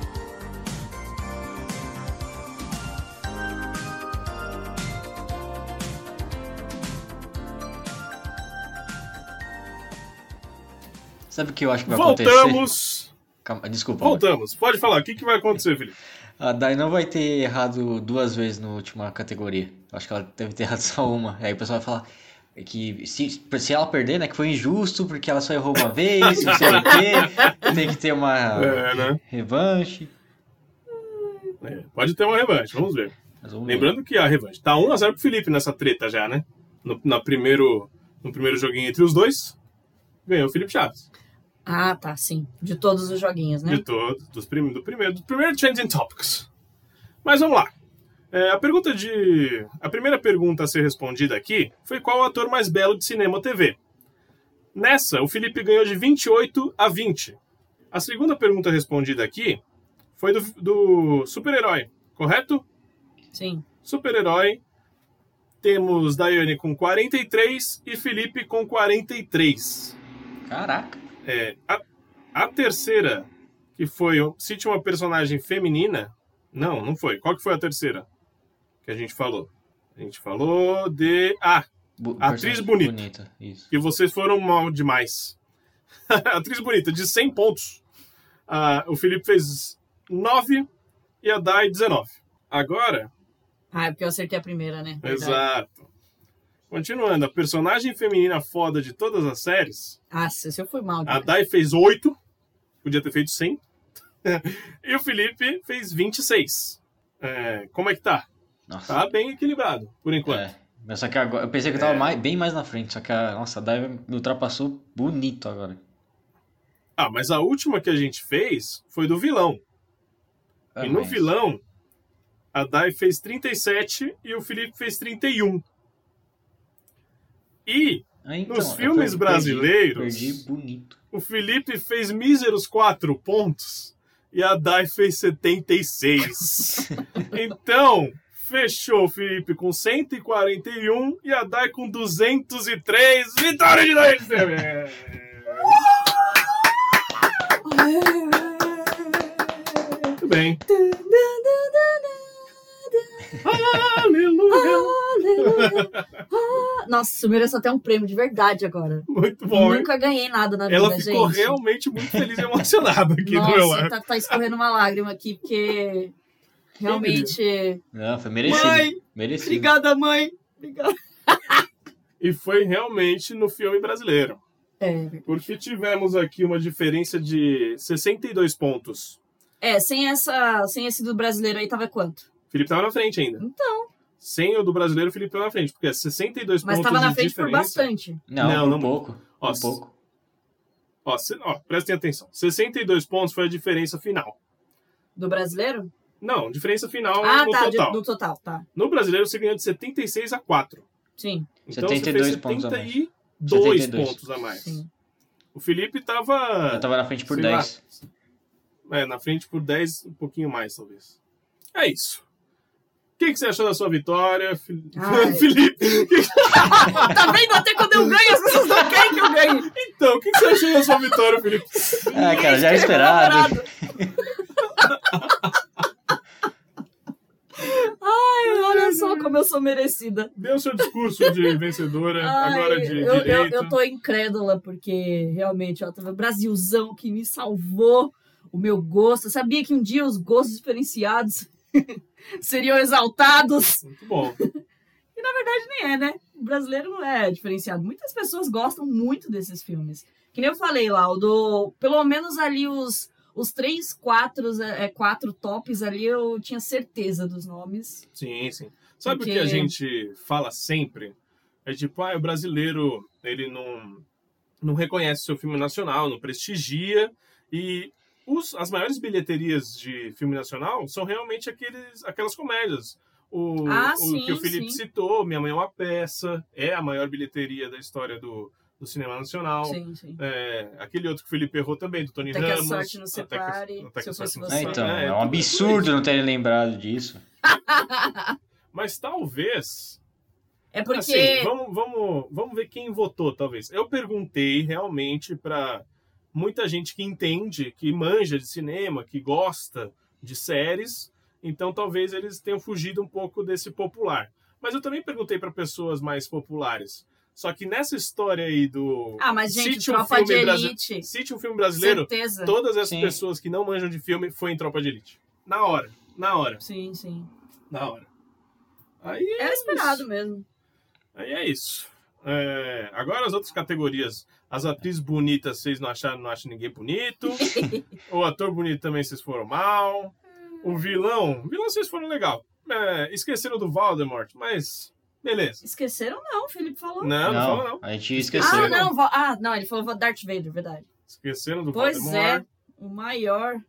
Sabe o que eu acho que vai acontecer?
Voltamos!
Calma, desculpa.
Voltamos. Pode falar, o que, que vai acontecer, Felipe?
A Dai não vai ter errado duas vezes na última categoria. Eu acho que ela deve ter errado só uma. Aí o pessoal vai falar que se, se ela perder, né, que foi injusto, porque ela só errou uma vez, não sei o quê. Tem que ter uma
É, né?
revanche.
É, pode ter uma revanche, vamos ver.
Mas vamos ver.
Lembrando que a revanche tá 1x0 pro Felipe nessa treta já, né? No, na primeiro, no primeiro joguinho entre os dois, ganhou o Felipe Chaves.
Ah, tá, sim. De todos os joguinhos, né?
De todos, dos prim, do primeiro, do primeiro Changing Topics. Mas vamos lá. É, a pergunta de. A primeira pergunta a ser respondida aqui foi qual o ator mais belo de cinema ou TV. Nessa, o Felipe ganhou de 28 a 20. A segunda pergunta respondida aqui foi do, do super-herói, correto?
Sim.
Super-herói. Temos Daiane com 43 e Felipe com 43.
Caraca.
É, a, a terceira, que foi. Cite uma personagem feminina. Não, não foi. Qual que foi a terceira? Que a gente falou. A gente falou de. Ah,
Bu-
Atriz
personagem
bonita.
Isso.
que vocês foram mal demais. Atriz bonita, de 100 pontos. Ah, o Felipe fez 9 e a Dai 19. Agora,
Ah, é porque eu acertei a primeira, né? Verdade.
exato. Continuando, a personagem feminina foda de todas as séries
Ah, se se eu fui mal.
A
demais.
Dai fez 8, podia ter feito 100. e o Felipe fez 26. É, como é que tá?
Nossa.
Tá bem equilibrado, por enquanto.
É. Mas só que agora. Eu pensei que eu tava
É.
mais- bem mais na frente, só que a. Nossa, a Dai me ultrapassou bonito agora.
Ah, mas a última que a gente fez foi do vilão.
Ah,
e no
mas-
vilão, a Dai fez 37 e o Felipe fez 31. E
Ah, então,
nos
eu
filmes
perdi-
brasileiros-
Perdi, bonito.
o Felipe fez míseros 4 pontos e a Dai fez 76. então, fechou o Felipe com 141 e a Dai com 203. Vitória de Dai! Muito bem. Aleluia!
Aleluia. Ah, Nossa, isso merece até um prêmio de verdade agora.
Muito bom. hein?
Nunca ganhei nada na vida,
Ela ficou
gente.
realmente muito feliz e emocionada aqui do meu
Nossa,
lado.
tá, tá escorrendo uma lágrima aqui, porque realmente.
Não, foi merecido.
Mãe,
merecido.
Obrigada, mãe. Obrigada.
E foi realmente no filme brasileiro.
É,
Porque tivemos aqui uma diferença de 62 pontos.
é sem, essa, sem esse do brasileiro aí tava quanto?
Felipe tava na frente ainda. Então. Sem o do brasileiro, o Felipe tava na frente, porque é 62
Mas
pontos
tava na
de
frente por
diferença.
bastante.
Não,
Não,
um
não-
pouco.
Ó,
um pouco.
Ó, se- ó, prestem atenção. 62 pontos foi a diferença final.
Do brasileiro?
Não, diferença final é
ah,
no
tá, de-
total.
do total, tá.
No brasileiro, você ganhou de 76 a 4.
Sim.
Então
72
você fez
pontos a mais.
72
72.
pontos a mais.
Sim.
O Felipe tava...
Eu tava na frente por
Sei
10.
É, na frente por 10, um pouquinho mais, talvez. É isso. O que, que você achou da sua vitória, Fi-
Ai.
Felipe?
tá vendo? Até quando eu ganho, as pessoas não querem que eu ganhe.
Então, o que, que você achou da sua vitória, Felipe?
Ah, cara, já era esperado.
Ai, olha só como eu sou merecida.
Deu seu discurso de vencedora,
Ai,
agora de
eu, eu,
direito.
eu tô incrédula, porque realmente, ó, tava Brasilzão que me salvou o meu gosto. Eu sabia que um dia os gostos diferenciados seriam exaltados.
Muito bom.
E na verdade nem é, né? O brasileiro não é diferenciado. Muitas pessoas gostam muito desses filmes. Que nem eu falei lá, o do. Pelo menos ali os, os três, quatro, é, quatro tops ali, eu tinha certeza dos nomes.
Sim, sim. Sabe o
Porque-
que a gente fala sempre? É tipo, ah, o brasileiro, ele não, não reconhece seu filme nacional, não prestigia. E os, as maiores bilheterias de filme nacional são realmente aqueles, aquelas comédias. O,
Ah,
o
sim,
que o Felipe
sim.
citou, Minha Mãe é uma Peça, é a maior bilheteria da história do, do cinema nacional.
Sim, sim.
É, aquele outro que o Felipe errou também, do Tony
Até que a
Ramos.
sorte nos
Até que a-
separe,
até que
se
a
eu
sorte
fosse
nos
você.
É,
separe.
então, é
tudo
um absurdo
isso.
não terem lembrado disso.
Mas talvez.
É porque.
Assim, vamos, vamos, vamos ver quem votou, talvez. Eu perguntei realmente para muita gente que entende, que manja de cinema, que gosta de séries. Então talvez eles tenham fugido um pouco desse popular. Mas eu também perguntei para pessoas mais populares. Só que nessa história aí do.
Ah, mas, gente,
Cite um
Tropa
filme
de
brasi-
Elite.
Cite um filme brasileiro.
Certeza.
Todas as
Sim.
pessoas que não manjam de filme foi em Tropa de Elite. Na hora, na hora,
Sim, sim.
na hora. Aí é
Era
isso.
esperado mesmo.
Aí é isso. É, agora as outras categorias. As atrizes bonitas, vocês não acharam, não acham ninguém bonito. o ator bonito também, vocês foram mal. O vilão, o vilão vocês foram legal. É, esqueceram do Voldemort, mas beleza.
Esqueceram, não, o Felipe falou.
Não, não,
não,
fala não.
a gente
esqueceram.
esqueceu.
Ah, não, vo- ah, não, ele falou Darth Vader, verdade.
Esqueceram do
pois
Voldemort.
é, o maior.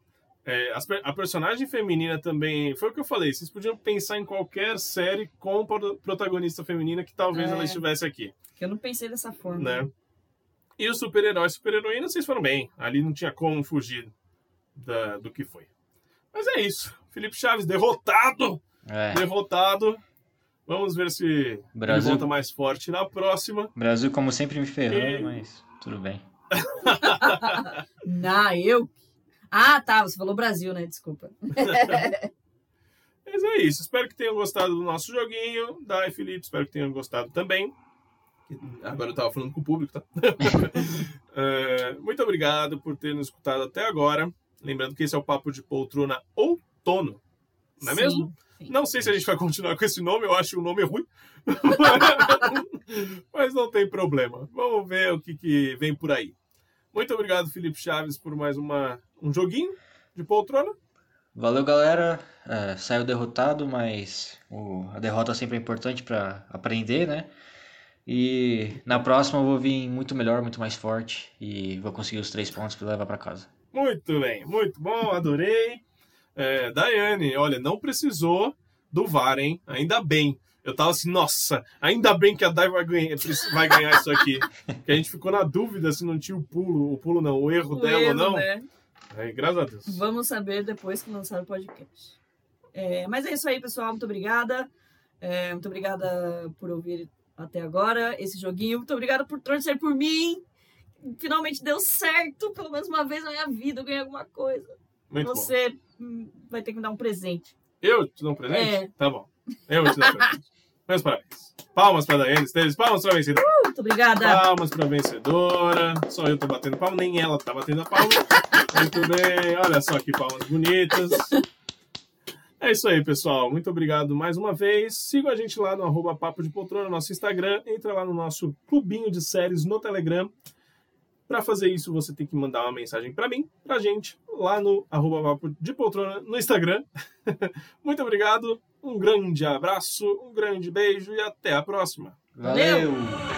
É, as per- a personagem feminina também. Foi o que eu falei. Vocês podiam pensar em qualquer série com pro- protagonista feminina que talvez
É. Uhum.
ela estivesse aqui,
Que eu não pensei dessa forma.
né? E os super-heróis e super-heroínas, vocês foram bem. Ali não tinha como fugir da- do que foi. Mas é isso. Felipe Chaves derrotado!
É,
Derrotado. Vamos ver se ele
Brasil,
volta mais forte na próxima.
Brasil como sempre me
E-
ferrando, mas tudo bem.
Na eu. Ah, tá, você falou Brasil, né? Desculpa.
Mas é isso. Espero que tenham gostado do nosso joguinho. Dai, Felipe, espero que tenham gostado também. Agora eu tava falando com o público, tá? É, muito obrigado por ter nos escutado até agora. Lembrando que esse é o Papo de Poltrona Outono. Não é
Sim.
mesmo?
sim.
Não sei se a gente vai continuar com esse nome, eu acho o nome ruim. Mas não tem problema. Vamos ver o que, que vem por aí. Muito obrigado, Felipe Chaves, por mais uma, um joguinho de poltrona.
Valeu, galera. É, saiu derrotado, mas o- a derrota sempre é importante pra aprender, né? E na próxima eu vou vir muito melhor, muito mais forte e vou conseguir os três pontos pra levar pra casa.
Muito bem, muito bom, adorei. É, Daiane, olha, não precisou do VAR, hein? Ainda bem. Eu tava assim, nossa, ainda bem que a Dai vai ganhar, vai ganhar isso aqui. que a gente ficou na dúvida se não tinha o pulo, o pulo não, o erro
O
dela ou
erro,
não.
né?
Aí, graças a Deus.
Vamos saber depois que lançar o podcast. É, mas é isso aí, pessoal. Muito obrigada. É, muito obrigada por ouvir até agora esse joguinho. Muito obrigada por torcer por mim. Finalmente deu certo. Pelo menos uma vez na minha vida eu ganhei alguma coisa.
Muito bom.
Você hum, vai ter que me dar um presente.
Eu te dou um presente?
É.
Tá bom. Eu te dou um presente. Meus parabéns. Palmas pra Daiane Esteves, palmas pra vencedora.
Muito obrigada.
Palmas pra vencedora. Só eu tô batendo palma, nem ela tá batendo a palma. Muito bem, olha só que palmas bonitas. É isso aí, pessoal. Muito obrigado mais uma vez. Sigam a gente lá no arroba Papo de Poltrona, no nosso Instagram. Entra lá no nosso clubinho de séries no Telegram. Para fazer isso, você tem que mandar uma mensagem para mim, pra gente, lá no arroba Papo de Poltrona no Instagram. Muito obrigado, um grande abraço, um grande beijo e até a próxima.
Valeu!
Valeu.